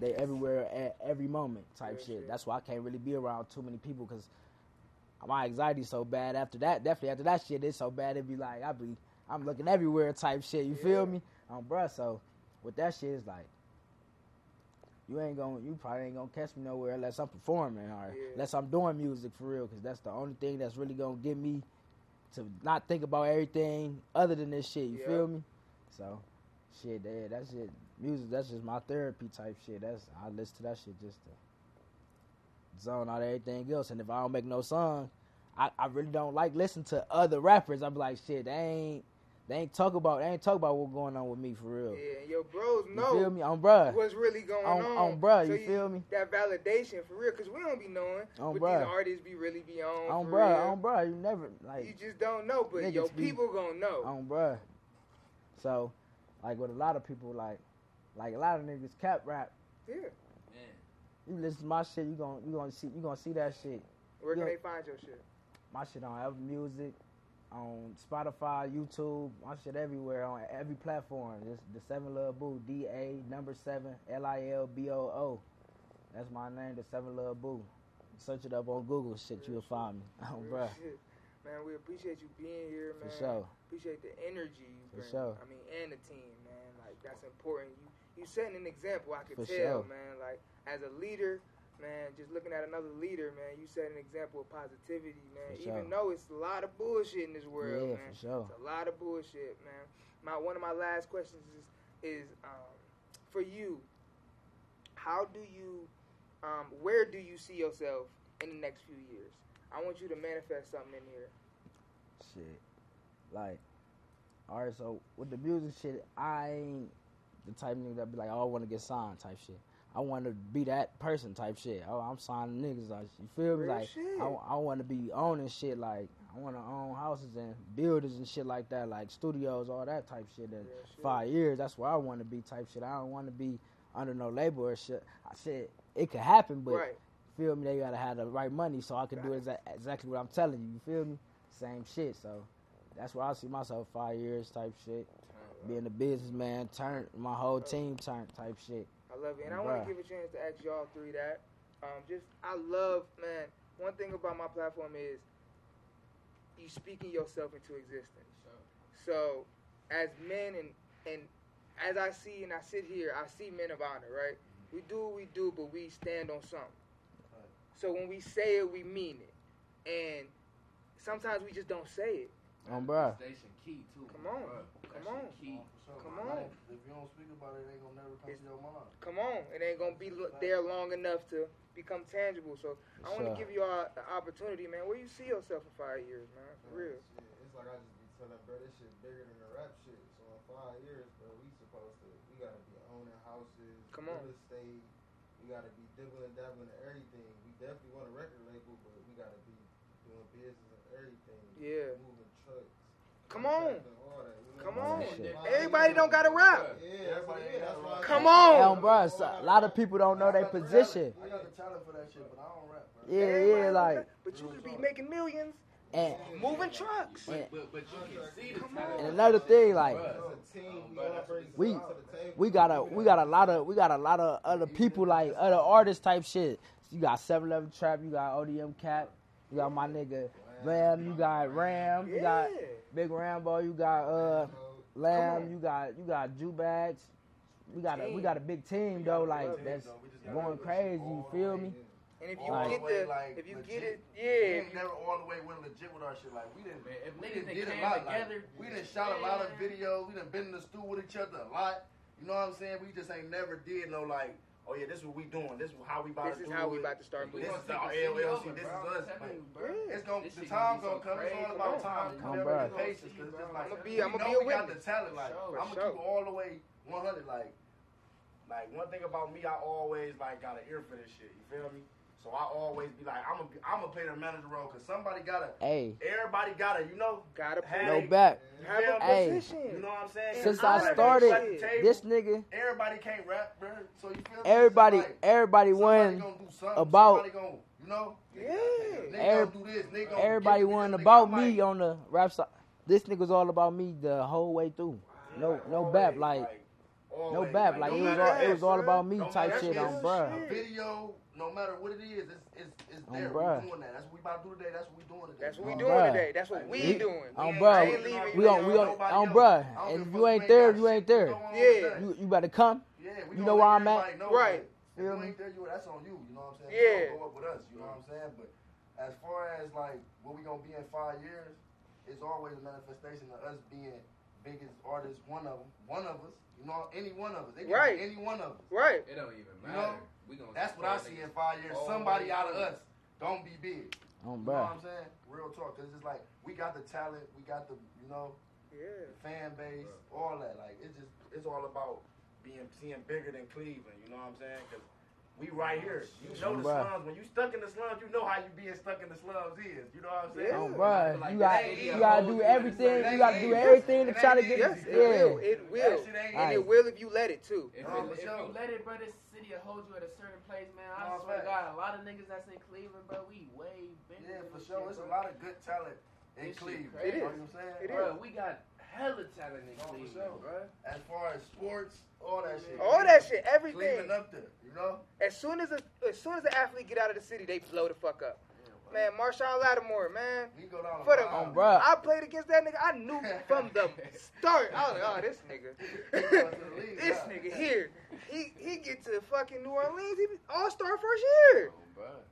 Speaker 9: they everywhere at every moment type
Speaker 10: Real
Speaker 9: shit.
Speaker 10: shit.
Speaker 9: That's why I can't really be around too many people because my anxiety's so bad. After that, definitely after that shit, it's so bad. It be like I be I'm looking everywhere type shit. You feel me? Um, bruh. So with that shit, it's like. You ain't gonna, you probably ain't gonna catch me nowhere unless I'm performing or
Speaker 10: Yeah.
Speaker 9: unless I'm doing music for real, because that's the only thing that's really gonna get me to not think about everything other than this shit. You
Speaker 10: Yeah.
Speaker 9: feel me? So, shit, yeah, that's it. Music, that's just my therapy type shit. That's I listen to that shit just to zone out everything else. And if I don't make no song, I, I really don't like listen to other rappers. I'm like, shit, they ain't they ain't talk about they ain't talk about what's going on with me for real.
Speaker 10: Yeah. And your bros
Speaker 9: You
Speaker 10: know.
Speaker 9: feel me? On bruh,
Speaker 10: what's really going
Speaker 9: on
Speaker 10: on,
Speaker 9: on bruh,
Speaker 10: So
Speaker 9: you feel me?
Speaker 10: that validation for real, cause we don't be knowing
Speaker 9: On
Speaker 10: what
Speaker 9: bruh.
Speaker 10: these artists be really be on.
Speaker 9: On
Speaker 10: for
Speaker 9: bruh,
Speaker 10: real.
Speaker 9: on bruh, you never like
Speaker 10: you just don't know, but
Speaker 9: Niggas
Speaker 10: your
Speaker 9: be-
Speaker 10: people gonna know.
Speaker 9: on bruh. So, like with a lot of people, like Like a lot of niggas cap rap.
Speaker 10: Yeah.
Speaker 9: You listen to my shit, you gonna you gonna see you gonna see that shit.
Speaker 10: Where can
Speaker 9: Yeah.
Speaker 10: they find your shit?
Speaker 9: My shit on Apple Music, on Spotify, YouTube, my shit everywhere on every platform. Just the Seven Love Boo, D A number seven L I L B O O. That's my name, the Seven Love Boo. Search it up on Google, shit, you'll find me. Oh,
Speaker 10: Real
Speaker 9: bruh,
Speaker 10: shit. Man, we appreciate you being here,
Speaker 9: For
Speaker 10: man.
Speaker 9: sure.
Speaker 10: Appreciate the energy you
Speaker 9: For
Speaker 10: bring.
Speaker 9: sure.
Speaker 10: I mean, and the team, man. Like that's important. You you setting an example. I could
Speaker 9: For
Speaker 10: tell,
Speaker 9: sure.
Speaker 10: man. Like as a leader, man. Just looking at another leader, man. You set an example of positivity, man.
Speaker 9: For
Speaker 10: Even
Speaker 9: sure.
Speaker 10: though it's a lot of bullshit in this world,
Speaker 9: Yeah,
Speaker 10: man.
Speaker 9: for sure.
Speaker 10: It's a lot of bullshit, man. My one of my last questions is is um, for you. How do you um, where do you see yourself in the next few years? I want you to manifest something in here.
Speaker 9: shit. Like, all right, so with the music shit, I ain't the type of nigga that be like, oh, I want to get signed type shit. I want to be that person type shit. Oh, I'm signing niggas. Like, you feel me?
Speaker 10: Real
Speaker 9: Like,
Speaker 10: shit.
Speaker 9: I, want to be owning shit. Like, I want to own houses and buildings and shit like that, like studios, all that type shit. In five years, that's where I want to be type shit. I don't want to be under no label or shit. I said it could happen, but
Speaker 10: Right.
Speaker 9: feel me? They gotta have the right money so I can do exa- exactly what I'm telling you. You feel me? Same shit. So that's where I see myself five years type shit. Being a businessman, turn my whole team turn type shit.
Speaker 10: I love it. And I want
Speaker 9: Bruh.
Speaker 10: to give a chance to ask y'all three that. Um, just, I love, man, one thing about my platform is you speaking yourself into existence. So, as men and, and as I see and I sit here, I see men of honor, right? We do what we do, but we stand on something. So when we say it, we mean it. And sometimes we just don't say it.
Speaker 9: Um, bruh.
Speaker 12: Station key too.
Speaker 10: Come on. Come on. Come on.
Speaker 5: If you don't speak about it, it ain't gonna never come to your mind.
Speaker 10: Come on, it ain't gonna be lo- there long enough to become tangible. So I want
Speaker 9: Sure.
Speaker 10: to give you all an opportunity, man. Where you see yourself in five years, man? For real.
Speaker 7: It's like I just be telling bro, this shit bigger than the rap shit. So in five years, bro, we supposed to, we gotta be owning houses,
Speaker 10: Come on.
Speaker 7: real estate. We gotta be dibbling, dabbling in everything. We definitely want a record label, but we gotta be doing business and everything.
Speaker 10: Yeah.
Speaker 7: Moving trucks.
Speaker 10: Come on.
Speaker 7: and all that, you know
Speaker 10: Come
Speaker 7: what I'm
Speaker 10: on.
Speaker 7: saying?
Speaker 10: Everybody don't gotta rap.
Speaker 7: Yeah, everybody that's why.
Speaker 10: Come on.
Speaker 9: Hell, um, bruh, so- a lot of people don't know their position.
Speaker 5: I got the talent for that shit, but I don't rap. Bro.
Speaker 9: Yeah, yeah, like
Speaker 10: But you could be making millions
Speaker 9: and
Speaker 10: moving trucks.
Speaker 9: and,
Speaker 12: But, but you can see the
Speaker 10: Come
Speaker 9: and
Speaker 10: on.
Speaker 9: another thing, like
Speaker 7: It's a team. We all bring
Speaker 9: we
Speaker 7: stuff to the table.
Speaker 9: we got a we got a lot of we got a lot of other people like other artists type shit. You got Seven Eleven Trap, you got ODM Cap, you got my nigga Lamb, you got Ram, you got
Speaker 10: Yeah.
Speaker 9: Big Rambo, you got uh Lamb, you got you got Jew Bags. We got a we got a big team though, like that's going crazy. You feel me?
Speaker 10: And if you
Speaker 5: All
Speaker 10: get
Speaker 5: the way,
Speaker 10: the,
Speaker 5: like,
Speaker 10: if you
Speaker 5: legit.
Speaker 10: get it,
Speaker 5: We
Speaker 10: yeah.
Speaker 5: ain't never all the way went legit with our shit. Like we didn't,
Speaker 12: Man, if
Speaker 5: we
Speaker 12: niggas
Speaker 5: done
Speaker 12: they
Speaker 5: did a
Speaker 12: came
Speaker 5: lot.
Speaker 12: together,
Speaker 5: like, we done shot a lot of
Speaker 12: man.
Speaker 5: videos. We done been in the studio with each other a lot. You know what I'm saying? We just ain't never did no like. Oh yeah, this is what we doing. This is how we about
Speaker 10: This
Speaker 5: to
Speaker 10: is
Speaker 5: do
Speaker 10: how
Speaker 5: it.
Speaker 10: we about to start
Speaker 5: This
Speaker 10: moving.
Speaker 5: is the LLC. This is us. Like, it's gonna, the time's gonna come. It's all about time.
Speaker 9: Come
Speaker 5: You never
Speaker 9: back.
Speaker 5: be patient. Cause it's just like,
Speaker 10: I'ma be-
Speaker 5: we
Speaker 10: I'ma
Speaker 5: know
Speaker 10: be a
Speaker 5: we got the
Speaker 10: witness.
Speaker 5: talent. Like,
Speaker 10: For
Speaker 5: I'm gonna
Speaker 10: sure.
Speaker 5: keep it all the way 100. Like, like one thing about me, I always like got an ear for this shit. You feel me? So I always be like, I'm gonna, I'm gonna play the manager role because somebody gotta,
Speaker 9: Hey,
Speaker 5: everybody gotta, you know,
Speaker 10: Gotta
Speaker 5: have
Speaker 9: no
Speaker 5: they-
Speaker 9: back.
Speaker 5: you
Speaker 10: Have
Speaker 5: feel
Speaker 10: a
Speaker 5: me?
Speaker 9: Hey.
Speaker 10: position.
Speaker 5: You know what I'm saying?
Speaker 9: Since
Speaker 10: I'm
Speaker 9: I
Speaker 10: like,
Speaker 9: started,
Speaker 10: shit.
Speaker 9: this nigga,
Speaker 5: Everybody can't rap, bro. So you feel me?
Speaker 9: everybody,
Speaker 5: Somebody-
Speaker 9: everybody
Speaker 5: somebody
Speaker 9: won.
Speaker 5: gonna do something.
Speaker 9: about-
Speaker 5: Somebody gonna, you know,
Speaker 10: Yeah.
Speaker 5: They
Speaker 9: Every-
Speaker 5: gonna do this. They gonna
Speaker 9: Everybody
Speaker 5: give me
Speaker 9: won
Speaker 5: this, nigga.
Speaker 9: about
Speaker 5: I'm
Speaker 9: me
Speaker 5: like,
Speaker 9: on the rap side. This nigga was all about me the whole way through. No, no
Speaker 5: always,
Speaker 9: bap, like no
Speaker 5: always,
Speaker 9: bap, like
Speaker 5: no
Speaker 9: it was
Speaker 5: matter
Speaker 9: all
Speaker 5: that,
Speaker 9: it was all
Speaker 5: bruh.
Speaker 9: about me
Speaker 5: No
Speaker 9: type
Speaker 5: matter
Speaker 9: shit
Speaker 5: that,
Speaker 9: on
Speaker 5: it's
Speaker 9: bruh.
Speaker 5: a Video, no matter what it is, it's it's, it's
Speaker 9: On
Speaker 5: there.
Speaker 9: bruh.
Speaker 5: We doing that. That's what we about to do today. That's what we doing today.
Speaker 10: That's what we
Speaker 9: On
Speaker 10: doing
Speaker 9: bruh.
Speaker 10: today. That's what we
Speaker 9: We-
Speaker 10: doing.
Speaker 9: on
Speaker 10: I ain't
Speaker 9: bruh,
Speaker 10: leaving
Speaker 9: we
Speaker 10: you
Speaker 9: on we
Speaker 10: alone.
Speaker 9: on
Speaker 5: Nobody
Speaker 9: on
Speaker 5: else.
Speaker 9: bruh.
Speaker 5: I don't
Speaker 9: And
Speaker 5: give
Speaker 9: if
Speaker 5: a
Speaker 9: you
Speaker 5: fuck,
Speaker 9: ain't
Speaker 5: we
Speaker 9: there,
Speaker 5: got
Speaker 9: you
Speaker 5: shit.
Speaker 9: ain't there.
Speaker 5: We going on
Speaker 10: Yeah.
Speaker 5: today.
Speaker 9: You you better come.
Speaker 5: Yeah, we
Speaker 9: You
Speaker 5: gonna
Speaker 9: know
Speaker 5: let
Speaker 9: where I'm at?
Speaker 5: everybody know
Speaker 10: Right.
Speaker 5: that. If
Speaker 9: Feel
Speaker 5: you
Speaker 9: me?
Speaker 5: ain't there, you that's on you. You know what I'm saying?
Speaker 10: Yeah.
Speaker 5: You don't go up with us. You know what I'm saying? But as far as like what we gonna be in five years, it's always a manifestation of us being biggest artists. One of them, one of us. You know, any one of us. It can be
Speaker 10: Right.
Speaker 5: Any one of us.
Speaker 10: Right.
Speaker 12: It don't even
Speaker 5: know,
Speaker 12: matter. we gonna
Speaker 5: That's what I see in five years. Somebody out of us don't be big.
Speaker 9: On
Speaker 5: You know what
Speaker 9: um, bruh.
Speaker 5: I'm saying? Real talk. Cause it's just like we got the talent, we got the you know
Speaker 10: Yeah.
Speaker 5: the fan base, all that. Like it's just it's all about being seeing bigger than Cleveland. You know what I'm saying? Because
Speaker 12: We right here. You know the
Speaker 9: Bruh.
Speaker 12: slums. When you stuck in the slums, you know how you being stuck in the slums is. You know what I'm saying?
Speaker 9: Oh,
Speaker 12: I feel
Speaker 9: bruh,
Speaker 12: like
Speaker 9: you
Speaker 12: that
Speaker 9: got
Speaker 12: ain't
Speaker 9: you
Speaker 12: it.
Speaker 9: got to do everything. You got to do everything to try to get.
Speaker 10: Yes, it
Speaker 9: yeah.
Speaker 10: will. It will. And it will if you let it too.
Speaker 12: If
Speaker 10: Nah,
Speaker 12: it-
Speaker 10: but
Speaker 12: if
Speaker 10: yo,
Speaker 12: you
Speaker 3: Let it, bro. This city will hold you at a certain place, man. I
Speaker 5: Nah,
Speaker 3: swear to
Speaker 5: facts.
Speaker 3: God, a lot of niggas that's in Cleveland, bro, we way better.
Speaker 5: Yeah,
Speaker 3: than
Speaker 5: for
Speaker 3: this
Speaker 5: sure.
Speaker 3: shit,
Speaker 5: It's a
Speaker 3: bro.
Speaker 5: lot of good talent in
Speaker 3: This shit
Speaker 5: Cleveland.
Speaker 3: crazy.
Speaker 5: You know what I'm saying?
Speaker 3: It Bruh, is. we got hella talent in
Speaker 5: Oh, for
Speaker 3: Cleveland,
Speaker 5: sure.
Speaker 3: bruh.
Speaker 5: As far as sports, all that shit.
Speaker 10: All that shit, everything.
Speaker 5: Cleveland up there, you know?
Speaker 10: As soon as a, as soon as the athlete get out of the city, they blow the fuck up. Man, Marshawn Lattimore, man.
Speaker 5: down
Speaker 10: For
Speaker 5: the
Speaker 10: the,
Speaker 5: line. Oh, bruh.
Speaker 10: I played against that nigga. I knew from the start. I was like, oh, this nigga, this nigga here. He he get to fucking New Orleans. He all star first year.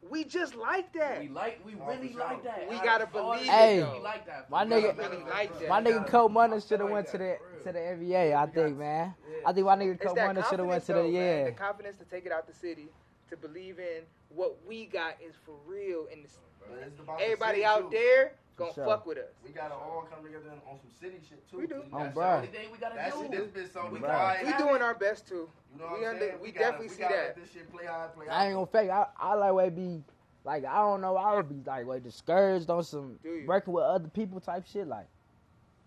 Speaker 10: We just like that. Oh, We
Speaker 3: like. We really like that.
Speaker 10: We
Speaker 3: I-
Speaker 10: gotta
Speaker 3: all
Speaker 10: believe
Speaker 9: Hey,
Speaker 10: it. though.
Speaker 9: my
Speaker 10: We gotta
Speaker 9: nigga,
Speaker 10: really like that.
Speaker 9: my nigga Cole Munner should have went to the to the NBA. I think, man. I think my nigga
Speaker 10: It's
Speaker 9: Cole
Speaker 10: that
Speaker 9: Munner should have went
Speaker 10: confidence,
Speaker 9: to the
Speaker 10: though, man.
Speaker 9: yeah.
Speaker 10: The confidence to take it out the city, to believe in what we got is for real, and this,
Speaker 5: But it's about the
Speaker 10: everybody
Speaker 5: city,
Speaker 10: out
Speaker 5: too.
Speaker 10: there gonna
Speaker 5: For sure.
Speaker 10: fuck with us.
Speaker 5: We gotta all come together and on some city shit too.
Speaker 10: We do.
Speaker 9: Oh, bruh.
Speaker 5: That shit, this bitch so
Speaker 10: we,
Speaker 5: quiet.
Speaker 10: doing our best too.
Speaker 5: You know what
Speaker 10: we
Speaker 5: I'm
Speaker 10: under,
Speaker 5: saying?
Speaker 10: we,
Speaker 5: gotta-
Speaker 10: definitely
Speaker 5: we
Speaker 10: see
Speaker 5: gotta
Speaker 10: that.
Speaker 5: let This shit play high, play
Speaker 9: I ain't gonna fake. I I like way be like I don't know. I would be like way discouraged on some working with other people type shit. Like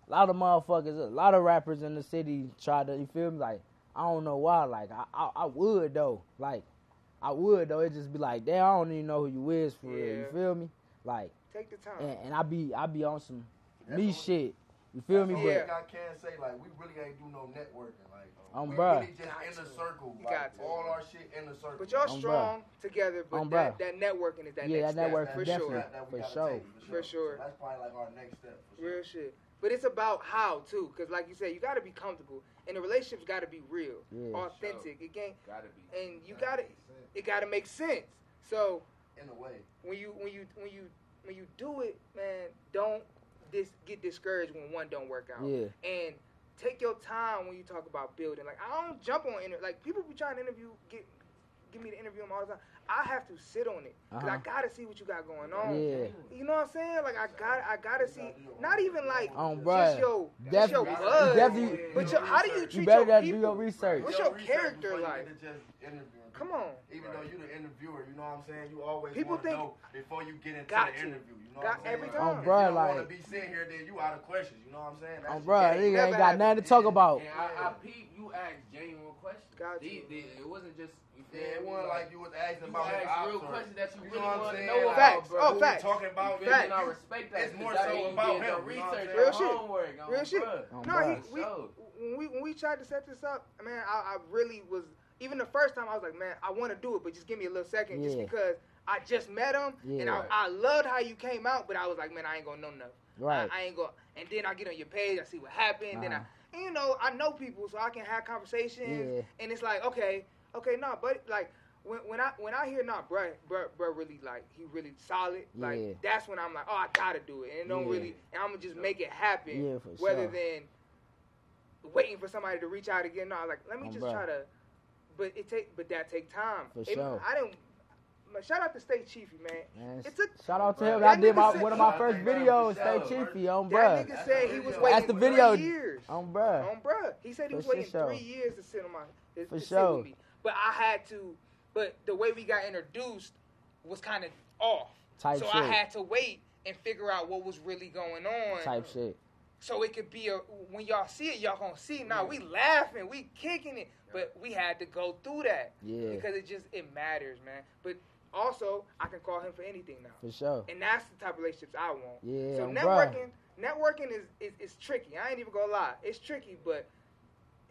Speaker 9: a lot of motherfuckers, a lot of rappers in the city try to. You feel me? Like I don't know why. Like I I, I would though. Like I would though. It just be like damn. I don't even know who you is for real. You
Speaker 10: Yeah.
Speaker 9: feel me? Like
Speaker 10: Take the time.
Speaker 9: and, and I be I be on some me shit. You feel me?
Speaker 5: That's
Speaker 9: But-
Speaker 5: the only thing I can say like we really ain't do no networking. Like uh,
Speaker 9: Um,
Speaker 5: we
Speaker 9: bruh.
Speaker 5: really just in the circle.
Speaker 10: You
Speaker 5: Like,
Speaker 10: got to.
Speaker 5: all our shit in the circle.
Speaker 10: But y'all
Speaker 9: bruh.
Speaker 10: strong together. But
Speaker 9: Um,
Speaker 10: that,
Speaker 9: bruh.
Speaker 10: that networking is that
Speaker 9: Yeah,
Speaker 10: next
Speaker 9: that network
Speaker 10: step.
Speaker 9: for
Speaker 10: sure.
Speaker 9: definitely, for sure.
Speaker 10: For sure.
Speaker 5: That's probably like our next step.
Speaker 10: Real shit. But it's about how too, because like you said, you gotta be comfortable, and the relationship's gotta be real,
Speaker 5: Yeah.
Speaker 10: authentic. It can't,
Speaker 12: Gotta be.
Speaker 10: and you gotta, it gotta make sense. So
Speaker 5: In a way.
Speaker 10: when you when you when you when you do it, man, don't dis- get discouraged when one don't work out.
Speaker 9: Yeah.
Speaker 10: And take your time when you talk about building. Like I don't jump on inter- like people be trying to interview get give me the interview them all the time. I have to sit on it because
Speaker 9: Uh-huh.
Speaker 10: I gotta see what you got going on.
Speaker 9: Yeah.
Speaker 10: You know what I'm saying? Like I got I gotta see. Not even like
Speaker 9: Um,
Speaker 10: just
Speaker 9: bruh.
Speaker 10: your
Speaker 9: Def-
Speaker 10: just your
Speaker 9: you
Speaker 10: buzz,
Speaker 9: definitely-
Speaker 10: but your, how do you treat
Speaker 9: You better
Speaker 10: your
Speaker 9: gotta do
Speaker 10: people?
Speaker 9: your research.
Speaker 10: What's your
Speaker 5: research
Speaker 10: character
Speaker 5: before you
Speaker 10: like?
Speaker 5: get to just interviewing
Speaker 10: Come
Speaker 5: people.
Speaker 10: on.
Speaker 5: Even though you're the interviewer, you know what I'm saying? You always
Speaker 10: People
Speaker 5: people
Speaker 10: think-
Speaker 5: think know before you get into
Speaker 10: Got
Speaker 5: the
Speaker 10: you.
Speaker 5: interview. You know
Speaker 10: Got
Speaker 5: what I'm saying?
Speaker 10: every
Speaker 9: time. Oh,
Speaker 5: If
Speaker 9: bruh,
Speaker 5: you don't
Speaker 9: like-
Speaker 5: want to be sitting here, then you out of questions. You know what I'm saying? That
Speaker 9: Um,
Speaker 5: shit-
Speaker 9: bruh,
Speaker 5: that
Speaker 9: nigga ain't
Speaker 5: never
Speaker 9: got
Speaker 5: happened.
Speaker 9: nothing to talk about.
Speaker 3: And I, I peep, you asked genuine questions. These- these- it wasn't just. You feel
Speaker 5: Yeah, it
Speaker 3: me?
Speaker 5: wasn't like you was asking
Speaker 3: you
Speaker 5: about
Speaker 3: asked
Speaker 5: ops
Speaker 3: real
Speaker 5: or-
Speaker 3: questions that you,
Speaker 5: you know
Speaker 3: really
Speaker 5: what I'm
Speaker 3: want to
Speaker 5: saying?
Speaker 3: know
Speaker 5: Facts.
Speaker 3: about, bro.
Speaker 5: Oh, Who we facts. talking about,
Speaker 3: You feel me?
Speaker 5: facts.
Speaker 3: And I respect that.
Speaker 5: It's
Speaker 3: shit.
Speaker 5: more
Speaker 3: That
Speaker 5: so
Speaker 3: mean you
Speaker 5: about
Speaker 3: did
Speaker 5: him,
Speaker 3: your
Speaker 5: you know
Speaker 3: research,
Speaker 5: what I'm
Speaker 3: your
Speaker 10: Real shit.
Speaker 3: homework, on
Speaker 10: Real shit.
Speaker 3: bruh.
Speaker 9: Oh,
Speaker 10: No, he,
Speaker 3: For
Speaker 10: we,
Speaker 3: sure.
Speaker 10: when we when we tried to set this up, man, I, I really was. Even the first time, I was like, man, I want to do it, but just give me a little second, just
Speaker 9: Yeah.
Speaker 10: because I just met him and I,
Speaker 9: Yeah.
Speaker 10: I loved how you came out, but I was like, man, I ain't gonna know nothing.
Speaker 9: Right.
Speaker 10: I, I ain't gonna. And then I get on your page, I see what happened, then I,
Speaker 9: Uh-huh.
Speaker 10: and, you know, I know people, so I can have conversations,
Speaker 9: Yeah.
Speaker 10: and it's like, okay, okay, nah, but like. When, when I when I hear nah, bruh, bruh, bruh, really like he really solid. Like
Speaker 9: Yeah.
Speaker 10: that's when I'm like, oh, I gotta do it, and it don't
Speaker 9: Yeah.
Speaker 10: really, and I'm gonna just make it happen.
Speaker 9: Yeah, for
Speaker 10: rather
Speaker 9: sure.
Speaker 10: than waiting for somebody to reach out again. No, like let me
Speaker 9: Oh,
Speaker 10: just
Speaker 9: bruh.
Speaker 10: try to. But it take, but that take time.
Speaker 9: For
Speaker 10: It-
Speaker 9: sure.
Speaker 10: I didn't. man, Shout out to State Chiefy, man.
Speaker 9: Man,
Speaker 10: It took.
Speaker 9: shout out to him.
Speaker 10: That
Speaker 9: I did
Speaker 10: nigga
Speaker 9: my
Speaker 10: said-
Speaker 9: one of my first videos. Stay chiefy on
Speaker 10: That
Speaker 9: bruh.
Speaker 10: nigga said he was waiting
Speaker 9: That's the
Speaker 10: three
Speaker 9: video
Speaker 10: years.
Speaker 9: on bruh.
Speaker 10: On bruh. He said he
Speaker 9: For
Speaker 10: was waiting
Speaker 9: sure.
Speaker 10: three years to sit on my. To,
Speaker 9: For
Speaker 10: to sit
Speaker 9: sure.
Speaker 10: with me. But I had to. But the way we got introduced was kind of off.
Speaker 9: Type
Speaker 10: so I
Speaker 9: shit.
Speaker 10: had to wait and figure out what was really going on.
Speaker 9: Type shit.
Speaker 10: So it could be a when y'all see it, y'all gonna see. Now we laughing, we kicking it, but we had to go through that
Speaker 9: Yeah.
Speaker 10: because it just it matters, man. But also, I can call him for anything now,
Speaker 9: For sure.
Speaker 10: and that's the type of relationships I want.
Speaker 9: Yeah,
Speaker 10: So
Speaker 9: bruh.
Speaker 10: networking, networking is, is is tricky. I ain't even gonna lie, it's tricky. But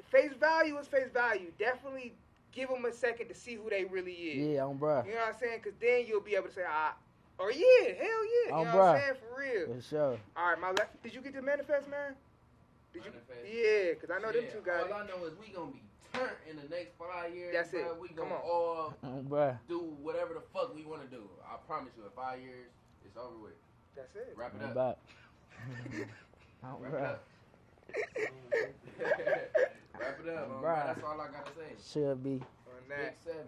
Speaker 10: face value is face value. Definitely give them a second to see who they really is.
Speaker 9: Yeah, on bruh.
Speaker 10: You know what I'm saying? Because then you'll be able to say, ah, or yeah, hell yeah. You
Speaker 9: On
Speaker 10: know what I'm
Speaker 9: bruh.
Speaker 10: saying? For real.
Speaker 9: For sure.
Speaker 10: All right, my left. Did you get the manifest, man? Did you?
Speaker 3: Manifest.
Speaker 10: Yeah, because I know them
Speaker 3: Yeah,
Speaker 10: two guys.
Speaker 3: All I know is we gonna be turned in the next five years.
Speaker 10: That's it.
Speaker 3: bruh. We
Speaker 10: Come
Speaker 3: gonna
Speaker 10: on.
Speaker 3: all
Speaker 9: On bruh.
Speaker 3: do whatever the fuck we want to do. I promise you, in five years, it's over with.
Speaker 10: That's it.
Speaker 3: Wrap it
Speaker 9: I'm
Speaker 3: up.
Speaker 9: back. On
Speaker 3: Wrap it
Speaker 9: bruh.
Speaker 3: up. Wrap it up, man.
Speaker 9: Bruh.
Speaker 3: That's all I gotta say.
Speaker 9: Should be.
Speaker 10: On
Speaker 3: Big
Speaker 10: that.
Speaker 3: seven.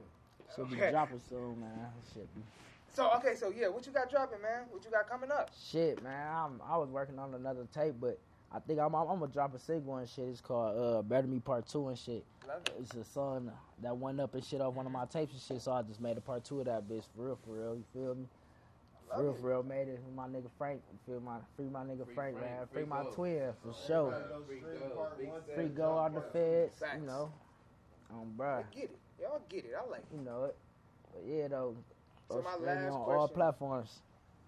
Speaker 9: Should be
Speaker 10: Okay.
Speaker 9: dropping soon, man. Should be.
Speaker 10: So okay, so yeah, what you got dropping, man? What you got coming up?
Speaker 9: Shit, man. I'm, I was working on another tape, but I think I'm, I'm, I'm gonna drop a single and shit. It's called uh, "Better Me Part 2 and shit.
Speaker 10: Love it.
Speaker 9: It's a song that went up and shit off one of my tapes and shit. So I just made a part two of that bitch for real, for real. You feel me? For real, for real, made it. with My nigga Frank, you feel my free my nigga Frank, man. Free, my twin for sure.
Speaker 10: Free go. Big Sam
Speaker 9: Free go
Speaker 10: Top
Speaker 9: out the
Speaker 10: Part.
Speaker 9: feds,
Speaker 10: Facts.
Speaker 9: you know. Um, bruh.
Speaker 10: Get it. Y'all get it. I like it.
Speaker 9: You know it. But yeah, though.
Speaker 10: So my
Speaker 9: it's streaming
Speaker 10: last
Speaker 9: on all
Speaker 10: question.
Speaker 9: platforms.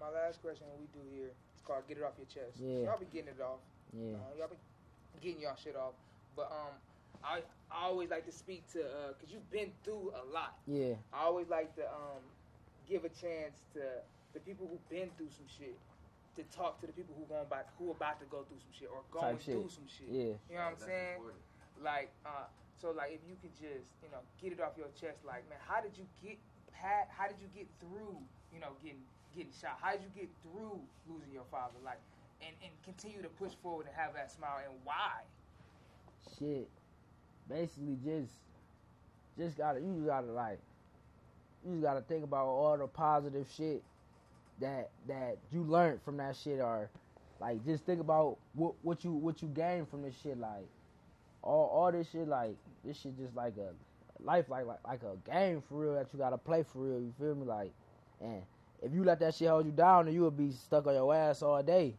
Speaker 10: My last question we do here is called "Get It Off Your Chest."
Speaker 9: Yeah.
Speaker 10: Y'all be getting it off.
Speaker 9: Yeah.
Speaker 10: Uh, y'all be getting y'all shit off. But um, I, I always like to speak to uh, cause you've been through a lot.
Speaker 9: Yeah.
Speaker 10: I always like to um, give a chance to the people who've been through some shit to talk to the people who going by who about to go through some shit or going
Speaker 9: Type shit.
Speaker 10: through some shit.
Speaker 9: Yeah.
Speaker 10: You know what I'm saying? Like, uh, so like if you could just you know get it off your chest, like man, how did you get pat? How did you get through? You know, getting getting shot. How did you get through losing your father? Like, and and continue to push forward and have that smile and why?
Speaker 9: shit. Basically, just just gotta you just gotta like you just gotta think about all the positive shit that that you learned from that shit, or like just think about what what you what you gained from this shit. Like all all this shit, like this shit just like a life, like like like a game for real that you gotta play for real. You feel me? Like and if you let that shit hold you down, then you'll be stuck on your ass all day.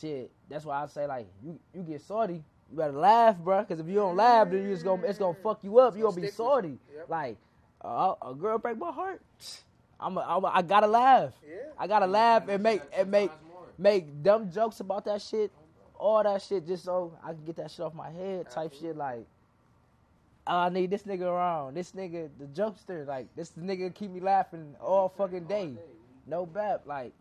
Speaker 9: Shit, that's why I say like you you get salty, you better laugh, bro. Because if you don't laugh, then you just gonna it's gonna fuck you up. You gonna be salty. Like uh, a girl break my heart. I'm a, I'm a, I gotta laugh. I gotta laugh and make and make make dumb jokes about that shit, all that shit, just so I can get that shit off my head, type shit. Like "Oh, I need this nigga around. This nigga, the jokester, like this nigga keep me laughing all fucking day. No bap, like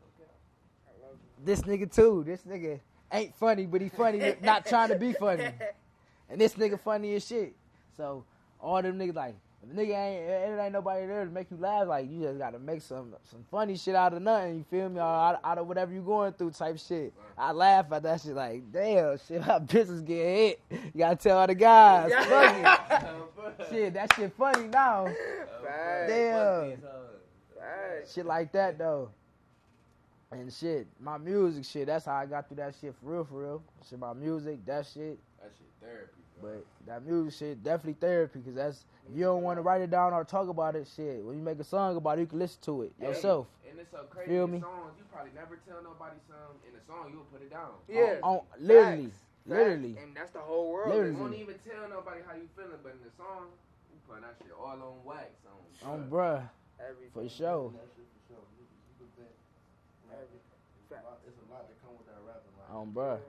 Speaker 9: this nigga too. This nigga ain't funny, but he funny, not trying to be funny. And this nigga funny as shit. So all them niggas like, if a nigga ain't, it ain't nobody there to make you laugh. Like you just gotta make some some funny shit out of nothing. You feel me? Or out, out of whatever you going through, type shit. I laugh at that shit. Like damn, shit, my business getting hit. You gotta tell all the guys. Fuck it. shit, that shit funny now. Damn. Shit like that though. And shit, my music shit, that's how I got through that shit for real, for real. Shit, my music, that shit.
Speaker 3: That shit therapy.
Speaker 9: But that music shit, definitely therapy, because that's, if you don't want to write it down or talk about it, shit, when you make a song about it, you can listen to it yourself.
Speaker 3: And it's so crazy.
Speaker 9: Feel
Speaker 3: in
Speaker 9: me?
Speaker 3: Songs, you probably never tell nobody something in a song. You'll put it down. Oh,
Speaker 9: On, on- literally, literally.
Speaker 10: And that's the whole world.
Speaker 3: You won't
Speaker 9: Literally.
Speaker 3: even tell nobody how you feeling, but in the song, you put that shit all on wax. On,
Speaker 9: On bruh. For
Speaker 3: Everything.
Speaker 9: sure.
Speaker 5: It's a lot- it's a lot that come with that rapping. Like,
Speaker 9: On bruh.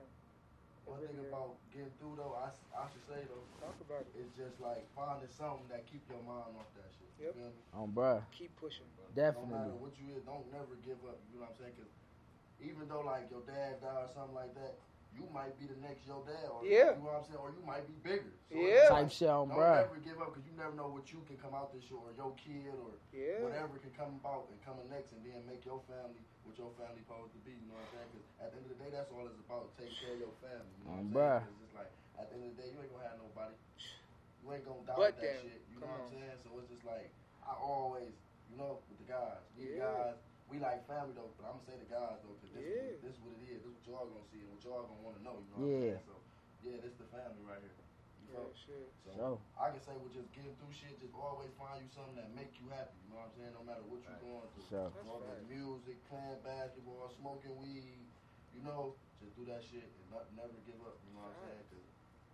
Speaker 5: One thing about getting through though, I, s- I should say though,
Speaker 10: talk about it.
Speaker 5: It's just like finding something that keep your mind off that shit. You feel me?
Speaker 9: On bruh.
Speaker 10: Keep pushing, bro.
Speaker 5: No
Speaker 9: Definitely.
Speaker 5: matter what you is, don't never give up. You know what I'm saying? 'Cause even though like your dad died or something like that, you might be the next your dad. Or,
Speaker 10: Yeah.
Speaker 5: You know what I'm saying? Or you might be bigger.
Speaker 10: Yeah.
Speaker 9: Type shit on
Speaker 5: Don't
Speaker 9: bruh.
Speaker 5: never give up because you never know what you can come out this shit or your kid or
Speaker 10: Yeah.
Speaker 5: whatever can come about and coming next and then make your family what your family supposed to be. You know what I'm saying? 'Cause at the end of the day, that's all it's about. Take care of your family. You know what I'm
Speaker 9: On Mm, bruh.
Speaker 5: saying? 'Cause it's like at the end of the day, you ain't gonna have nobody. You ain't gonna die
Speaker 10: But
Speaker 5: with that
Speaker 10: them.
Speaker 5: shit. You
Speaker 10: Come
Speaker 5: know what
Speaker 10: on.
Speaker 5: I'm saying? So it's just like I always, you know, with the guys, these
Speaker 10: Yeah.
Speaker 5: guys, we like family though. But I'm gonna say the guys though, 'cause this,
Speaker 10: Yeah.
Speaker 5: this is what it is. This is what y'all gonna see and what y'all gonna want to know. You know
Speaker 9: Yeah.
Speaker 5: what I'm saying? So yeah, this the family right here.
Speaker 10: Yeah,
Speaker 5: You feel?
Speaker 10: shit.
Speaker 5: So
Speaker 9: So.
Speaker 5: I can say with just getting through shit, just always find you something that make you happy. You know what I'm saying? No matter what you're going through,
Speaker 9: So.
Speaker 5: You know, whether it's music, playing basketball, smoking weed, you know, just do that shit and not, never give up. You know what I'm saying? 'Cause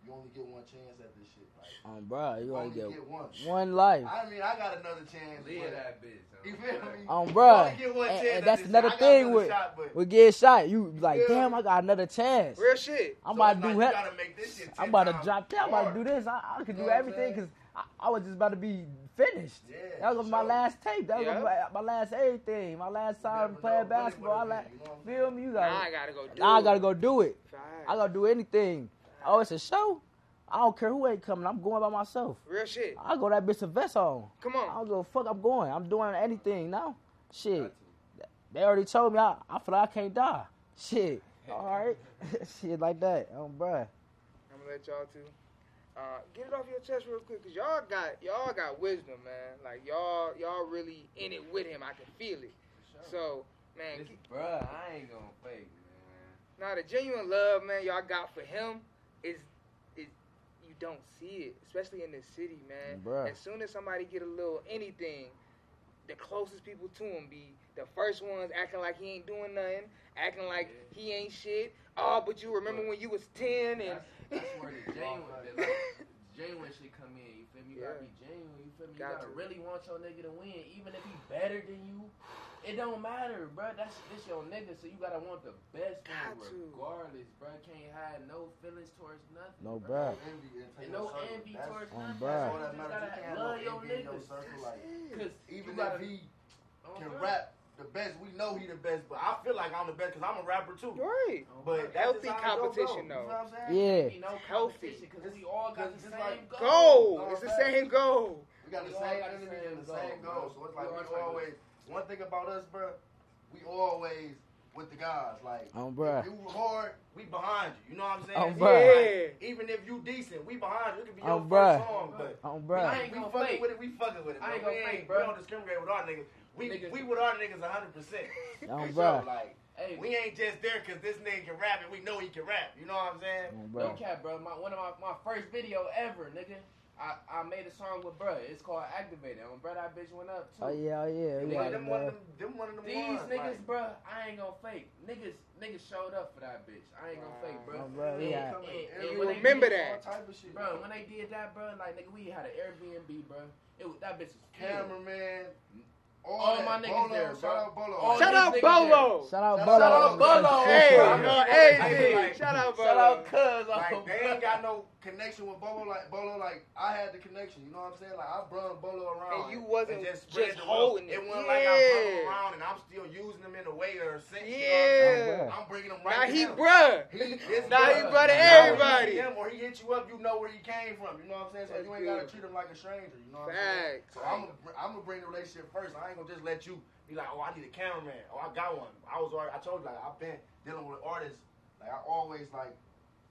Speaker 5: you only get one chance at this shit. Like,
Speaker 9: On bruh. You only
Speaker 5: only
Speaker 9: get
Speaker 5: get one.
Speaker 9: one life.
Speaker 5: I mean, I got another chance.
Speaker 3: Live
Speaker 5: but-
Speaker 3: that bitch,
Speaker 5: You feel me?
Speaker 9: on
Speaker 5: You
Speaker 9: bruh.
Speaker 5: only get one
Speaker 9: And,
Speaker 5: chance
Speaker 9: and
Speaker 5: at
Speaker 9: that's
Speaker 5: this
Speaker 9: another
Speaker 5: shit. I got
Speaker 9: thing
Speaker 5: another
Speaker 9: with
Speaker 5: shot, but-
Speaker 9: with getting shot. You like,
Speaker 5: Yeah.
Speaker 9: damn, I got another chance.
Speaker 10: Real shit.
Speaker 9: I'm
Speaker 10: So
Speaker 9: about
Speaker 10: it's
Speaker 9: to do
Speaker 10: like, you
Speaker 9: hell-
Speaker 10: gotta make this shit
Speaker 9: I'm
Speaker 10: 10
Speaker 9: about to
Speaker 10: times
Speaker 9: drop that. I'm about to do
Speaker 10: harder.
Speaker 9: this. I, I could
Speaker 10: You
Speaker 9: do
Speaker 10: know what I'm
Speaker 9: everything
Speaker 10: saying?
Speaker 9: because I, I was just about to be finished. that was gonna be my last tape. That was gonna be
Speaker 10: Yeah.
Speaker 9: my, my last everything. My last time playing basketball. I like, feel me? You got
Speaker 10: Now I gotta go do
Speaker 9: Now I
Speaker 10: it.
Speaker 9: gotta go do it.
Speaker 10: Facts.
Speaker 9: I gotta do anything. Oh, it's a show. I don't care who ain't coming. I'm going by myself.
Speaker 10: Real shit.
Speaker 9: I go that bitch a vest on.
Speaker 10: Come on.
Speaker 9: I don't give a fuck. I'm going. I'm doing anything now. Shit. They already told me I, I feel like I can't die. Shit. All right. Shit like that. Oh, bruh.
Speaker 10: I'm gonna let y'all too. Uh, get it off your chest real quick, cause y'all got y'all got wisdom, man. Like y'all y'all really in it with him. I can feel it. So man,
Speaker 3: This,
Speaker 10: keep-
Speaker 3: bruh, I ain't gonna fake, man.
Speaker 10: Now the genuine love, man, y'all got for him is is you don't see it, especially in the city, man.
Speaker 9: Bruh.
Speaker 10: As soon as somebody get a little anything, the closest people to him be the first ones acting like he ain't doing nothing, acting like he ain't shit. Oh, but you remember when you was ten and
Speaker 3: That's where the genuine, the, like, genuine shit come in. You feel me? You gotta be genuine. You feel me? You
Speaker 10: Got
Speaker 3: gotta
Speaker 10: to.
Speaker 3: really want your nigga to win, even if he better than you. It don't matter, bro. That's it's your nigga, so you gotta want the best for him, regardless, bro. Can't hide no feelings towards nothing.
Speaker 9: No, bruh.
Speaker 3: And no envy towards
Speaker 9: On
Speaker 3: nothing. That's
Speaker 9: bruh. All
Speaker 3: all
Speaker 9: that
Speaker 3: that
Speaker 5: matters. You can't have
Speaker 3: matters.
Speaker 5: no
Speaker 3: Love your
Speaker 5: envy in your
Speaker 3: niggas.
Speaker 5: circle, like,
Speaker 3: Cause
Speaker 5: even
Speaker 3: you Oh,
Speaker 5: if he can rap the best, we know he the best, but I feel like I'm the best because I'm a rapper too.
Speaker 10: Right.
Speaker 5: But that's
Speaker 10: Healthy
Speaker 5: just how it go,
Speaker 10: competition,
Speaker 5: bro. You know
Speaker 10: though.
Speaker 5: what I'm saying?
Speaker 9: Yeah.
Speaker 3: Be no
Speaker 10: healthy.
Speaker 3: Because we all got the
Speaker 5: It's
Speaker 3: same
Speaker 5: like-
Speaker 10: Goal.
Speaker 5: Goal,
Speaker 10: It's the
Speaker 5: man.
Speaker 10: same goal.
Speaker 5: We got the
Speaker 3: We all
Speaker 5: same
Speaker 3: got the
Speaker 5: energy and the
Speaker 3: same
Speaker 5: same
Speaker 3: goal,
Speaker 5: goal.
Speaker 3: bro.
Speaker 5: So
Speaker 3: We
Speaker 5: it's
Speaker 3: all
Speaker 5: like we
Speaker 3: tryna-
Speaker 5: always one thing about us, bro, we always with the guys. Like
Speaker 9: On Oh, bruh.
Speaker 5: if you hard, we behind you. You know what I'm saying? Like,
Speaker 9: On bruh.
Speaker 5: even if you decent, we behind you. It could be your first
Speaker 9: On bruh.
Speaker 5: song, but
Speaker 9: On
Speaker 5: we,
Speaker 9: bruh.
Speaker 3: ain't
Speaker 5: we
Speaker 3: gonna
Speaker 5: fucking
Speaker 3: fake.
Speaker 5: with it, we fucking with it.
Speaker 3: I
Speaker 5: bro.
Speaker 3: ain't gonna
Speaker 5: we
Speaker 3: fake,
Speaker 5: ain't,
Speaker 3: bro.
Speaker 5: We don't discriminate with our niggas. We
Speaker 3: Niggas-
Speaker 5: we with our niggas 100 percent.
Speaker 9: On bruh.
Speaker 5: Like
Speaker 3: Hey,
Speaker 5: we ain't just there because this nigga can rap and we know he can rap. You know what I'm saying?
Speaker 9: On
Speaker 3: No
Speaker 9: bruh.
Speaker 3: cap, bro. My one of my, my first video ever, nigga. I, I made a song with bro. It's called Activated. And bro, that bitch went up too.
Speaker 9: Oh yeah, oh yeah.
Speaker 5: Them
Speaker 9: We
Speaker 5: one-
Speaker 9: got it,
Speaker 5: them one of
Speaker 9: bruh.
Speaker 5: them, them one of them
Speaker 3: These
Speaker 5: ones,
Speaker 3: niggas,
Speaker 5: like-
Speaker 3: bro, I ain't gonna fake. Niggas, niggas showed up for that bitch. I ain't gonna fake, bro.
Speaker 9: Oh, bro,
Speaker 3: And-
Speaker 9: yeah.
Speaker 3: and- and
Speaker 10: You
Speaker 3: when they
Speaker 10: remember
Speaker 3: did-
Speaker 10: that.
Speaker 5: All type of shit.
Speaker 3: bro? When they did that, bro, like nigga, we had an Airbnb, bro. It was, that bitch was filled.
Speaker 5: cameraman. All,
Speaker 3: All
Speaker 5: that.
Speaker 3: my niggas
Speaker 5: Bolo,
Speaker 3: there,
Speaker 5: Shout
Speaker 3: bro.
Speaker 5: out Bolo.
Speaker 3: All
Speaker 10: Shout
Speaker 3: these
Speaker 10: out
Speaker 3: niggas
Speaker 10: Bolo.
Speaker 9: Shout out
Speaker 5: Shout
Speaker 9: Bolo.
Speaker 5: out
Speaker 3: Bolo.
Speaker 10: Hey,
Speaker 3: Bro,
Speaker 10: I'm on AZ. Shout out
Speaker 3: Shout out,
Speaker 10: Bolo.
Speaker 3: cuz. oh,
Speaker 5: Like they
Speaker 3: bro.
Speaker 5: ain't got no connection with Bolo. Like Bolo, like I had the connection. You know what I'm saying? Like I brung Bolo around.
Speaker 10: And you wasn't
Speaker 5: spread
Speaker 10: just
Speaker 5: the wealth.
Speaker 10: holding it.
Speaker 5: It wasn't like I brung him
Speaker 10: Yeah.
Speaker 5: around and I'm still using him in a way or sense. you know
Speaker 10: Yeah.
Speaker 5: what I'm saying? I'm bringing him
Speaker 10: Now
Speaker 5: right.
Speaker 10: he
Speaker 5: to him.
Speaker 10: bruh.
Speaker 5: He is
Speaker 10: Now he
Speaker 5: bruh.
Speaker 10: bruh to
Speaker 5: Now when you
Speaker 10: everybody.
Speaker 5: see him or he hit you up, you know where he came from. You know what I'm saying? So
Speaker 10: That's
Speaker 5: you ain't gotta
Speaker 10: good.
Speaker 5: treat him like a stranger. You know what
Speaker 10: Facts.
Speaker 5: I'm saying? So I'm gonna bring the relationship first. I ain't gonna just let you be like, oh, I need a cameraman. Oh, I got one. I was already. I told you like I've been dealing with artists. Like I always like,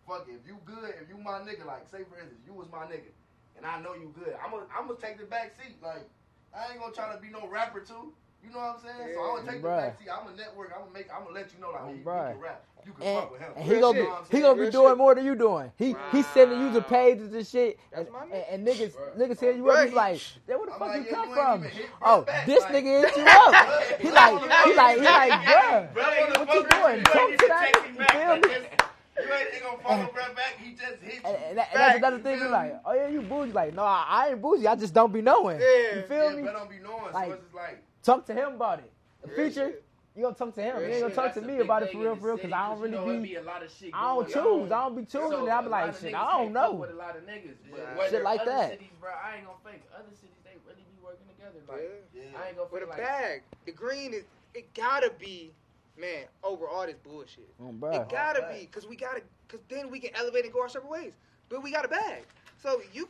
Speaker 5: fuck it. If you good, if you my nigga, like say for instance, you was my nigga, and I know you good. I'm gonna I'm gonna take the back seat. Like I ain't gonna try to be no rapper too. You know what I'm saying? So I'm gonna take
Speaker 9: Bruh.
Speaker 5: the back seat. I'm gonna network. I'm gonna make. I'm gonna let you know like
Speaker 9: Oh,
Speaker 5: oh, you,
Speaker 9: bruh.
Speaker 5: can rap. You can
Speaker 9: And,
Speaker 5: fuck with him.
Speaker 9: and he gonna
Speaker 10: shit.
Speaker 9: be,
Speaker 10: You know what I'm
Speaker 9: he
Speaker 10: saying?
Speaker 9: gonna be
Speaker 10: Real
Speaker 9: doing
Speaker 10: shit.
Speaker 9: more than you doing. He he sending you the
Speaker 10: Wow.
Speaker 9: pages and shit,
Speaker 10: That's
Speaker 9: and,
Speaker 10: my
Speaker 9: and,
Speaker 10: man.
Speaker 9: and niggas
Speaker 3: Bruh.
Speaker 9: niggas hitting you
Speaker 10: Bruh,
Speaker 9: up. He's
Speaker 10: he-
Speaker 9: like, "Yeah, where the
Speaker 5: I'm
Speaker 9: fuck
Speaker 5: like,
Speaker 9: you
Speaker 5: yeah, you
Speaker 9: come
Speaker 5: ain't
Speaker 9: from?
Speaker 5: even hit
Speaker 9: Oh,
Speaker 5: back,
Speaker 9: this
Speaker 5: like-
Speaker 9: nigga hit you up. he like he like he like, bruh,
Speaker 5: Bro,
Speaker 9: what you doing? Come to that, you feel me?
Speaker 5: You ain't even gonna follow Brett back. He just hit
Speaker 9: And,
Speaker 5: you.
Speaker 9: and, that-
Speaker 5: Back,
Speaker 9: and that's another thing.
Speaker 5: you
Speaker 9: He's
Speaker 5: feel
Speaker 9: like,
Speaker 5: me?
Speaker 9: "Oh yeah, you bougie." Like, no, I, I ain't bougie. I just don't be knowing.
Speaker 10: Yeah.
Speaker 9: You feel
Speaker 5: yeah,
Speaker 9: me?
Speaker 5: Brett don't be knowing.
Speaker 9: Like-
Speaker 5: so it's just like,
Speaker 9: Talk to him about it. The
Speaker 10: Real
Speaker 9: future,
Speaker 10: shit.
Speaker 9: you gonna talk to him.
Speaker 3: Real
Speaker 9: You ain't gonna
Speaker 3: shit,
Speaker 9: talk
Speaker 3: that's
Speaker 9: to
Speaker 3: a
Speaker 9: me
Speaker 3: big
Speaker 9: about it
Speaker 3: thing
Speaker 9: for
Speaker 3: in
Speaker 9: real,
Speaker 3: the
Speaker 9: for real, because
Speaker 3: city,
Speaker 9: I don't
Speaker 3: 'cause you
Speaker 9: really
Speaker 3: know it
Speaker 9: be
Speaker 3: a lot of shit
Speaker 9: I don't
Speaker 3: going on.
Speaker 9: choose. I don't be choosing.
Speaker 3: So,
Speaker 9: and I be
Speaker 3: a lot
Speaker 9: like,
Speaker 3: of niggas
Speaker 9: shit, I don't
Speaker 3: can't fuck
Speaker 9: know.
Speaker 3: With a lot of niggas, but
Speaker 10: Yeah.
Speaker 3: whether
Speaker 9: Shit like
Speaker 3: other
Speaker 9: that.
Speaker 3: cities, bro, I ain't gonna fake. Other cities, they really be working together. Like, I
Speaker 5: yeah.
Speaker 3: ain't gonna
Speaker 10: With
Speaker 3: fake.
Speaker 10: a
Speaker 3: like,
Speaker 10: bag. The green is it gotta be, man, over all this bullshit.
Speaker 9: Oh,
Speaker 10: It gotta
Speaker 5: Alright.
Speaker 10: be, cause we gotta, cause then we can elevate and go our separate ways. But we got a bag, so you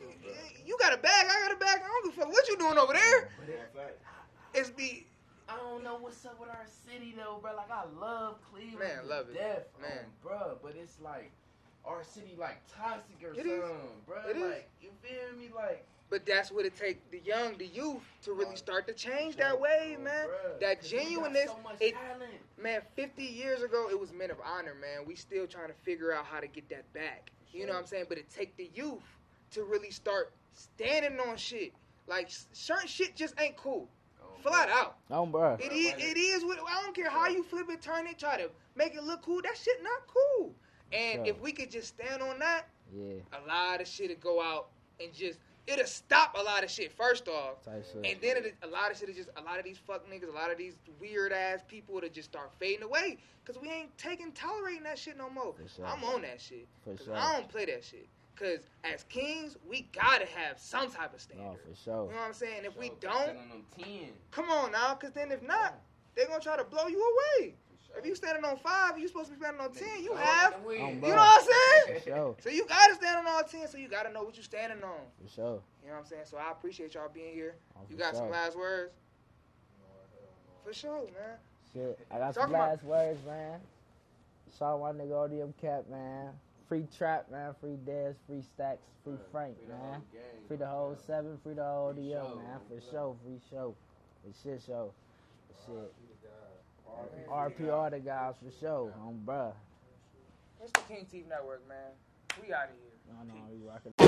Speaker 10: you got a bag, I got a bag. I don't give a fuck what you doing over there. It's be
Speaker 3: I don't know what's up with our city though, bro. Like, I love Cleveland.
Speaker 10: Man,
Speaker 3: to
Speaker 10: love it.
Speaker 3: death,
Speaker 10: Man.
Speaker 3: bro. But it's like our city, like toxic or
Speaker 10: It
Speaker 3: something,
Speaker 10: is.
Speaker 3: bro.
Speaker 10: It is.
Speaker 3: like, you feel me? Like,
Speaker 10: But that's what it takes the young, the youth, to really start to change that way, man.
Speaker 3: bruh,
Speaker 10: That
Speaker 3: 'cause we got
Speaker 10: genuineness,
Speaker 3: So much
Speaker 10: it-
Speaker 3: talent.
Speaker 10: Man, 50 years ago, it was men of honor, man. We still trying to figure out how to get that back. You know what I'm saying? But it take the youth to really start standing on shit. Like s- certain shit just ain't cool. Flat out.
Speaker 9: Oh, bruh.
Speaker 10: It is. It is. What I don't care how you flip it, turn it, try to make it look cool. That shit not cool. And
Speaker 9: Yeah.
Speaker 10: if we could just stand on that,
Speaker 9: Yeah,
Speaker 10: a lot of shit'll go out and just it'll stop a lot of shit. First off,
Speaker 9: type shit.
Speaker 10: and then it, a lot of shit is just a lot of these fuck niggas, a lot of these weird ass people to just start fading away because we ain't taking tolerating that shit no more.
Speaker 9: For sure.
Speaker 10: I'm on that shit
Speaker 9: For
Speaker 10: because
Speaker 9: sure.
Speaker 10: I don't play that shit. Because as kings, we gotta have some type of standard.
Speaker 9: No, for
Speaker 10: You
Speaker 9: sure.
Speaker 10: know what I'm saying? If we
Speaker 3: Show,
Speaker 10: don't,
Speaker 3: selling them 10.
Speaker 10: come on now, because then if not, they gonna try to blow you away. If you standing on five, you supposed to be standing on ten. You have,
Speaker 3: Win.
Speaker 9: Oh,
Speaker 10: you know
Speaker 9: bruh.
Speaker 10: what I'm
Speaker 9: For
Speaker 10: saying?
Speaker 9: sure.
Speaker 10: So you gotta stand on all ten. So you gotta know what you standing on.
Speaker 9: For sure.
Speaker 10: You know what I'm saying? So I appreciate y'all being here.
Speaker 9: Oh,
Speaker 10: You
Speaker 9: for
Speaker 10: got
Speaker 9: sure.
Speaker 10: some last words? For sure, man.
Speaker 9: Shit, I got
Speaker 10: Talk
Speaker 9: some
Speaker 10: about-
Speaker 9: last words, man. Shout out my nigga ODM Cap, man. Free Trap, man. Free Dez, free Stacks, free Frank,
Speaker 3: Free the whole
Speaker 9: man.
Speaker 3: gang,
Speaker 9: Free the whole seven, free the whole
Speaker 3: Free
Speaker 9: ODM,
Speaker 3: show,
Speaker 9: man. For
Speaker 3: man.
Speaker 9: sure, free show. For shit show. For shit.
Speaker 5: R.I.P.
Speaker 9: RP all the guys, for sure. On bruh.
Speaker 10: It's the King Teeth Network, man. We out of here.
Speaker 9: I know, you rocking.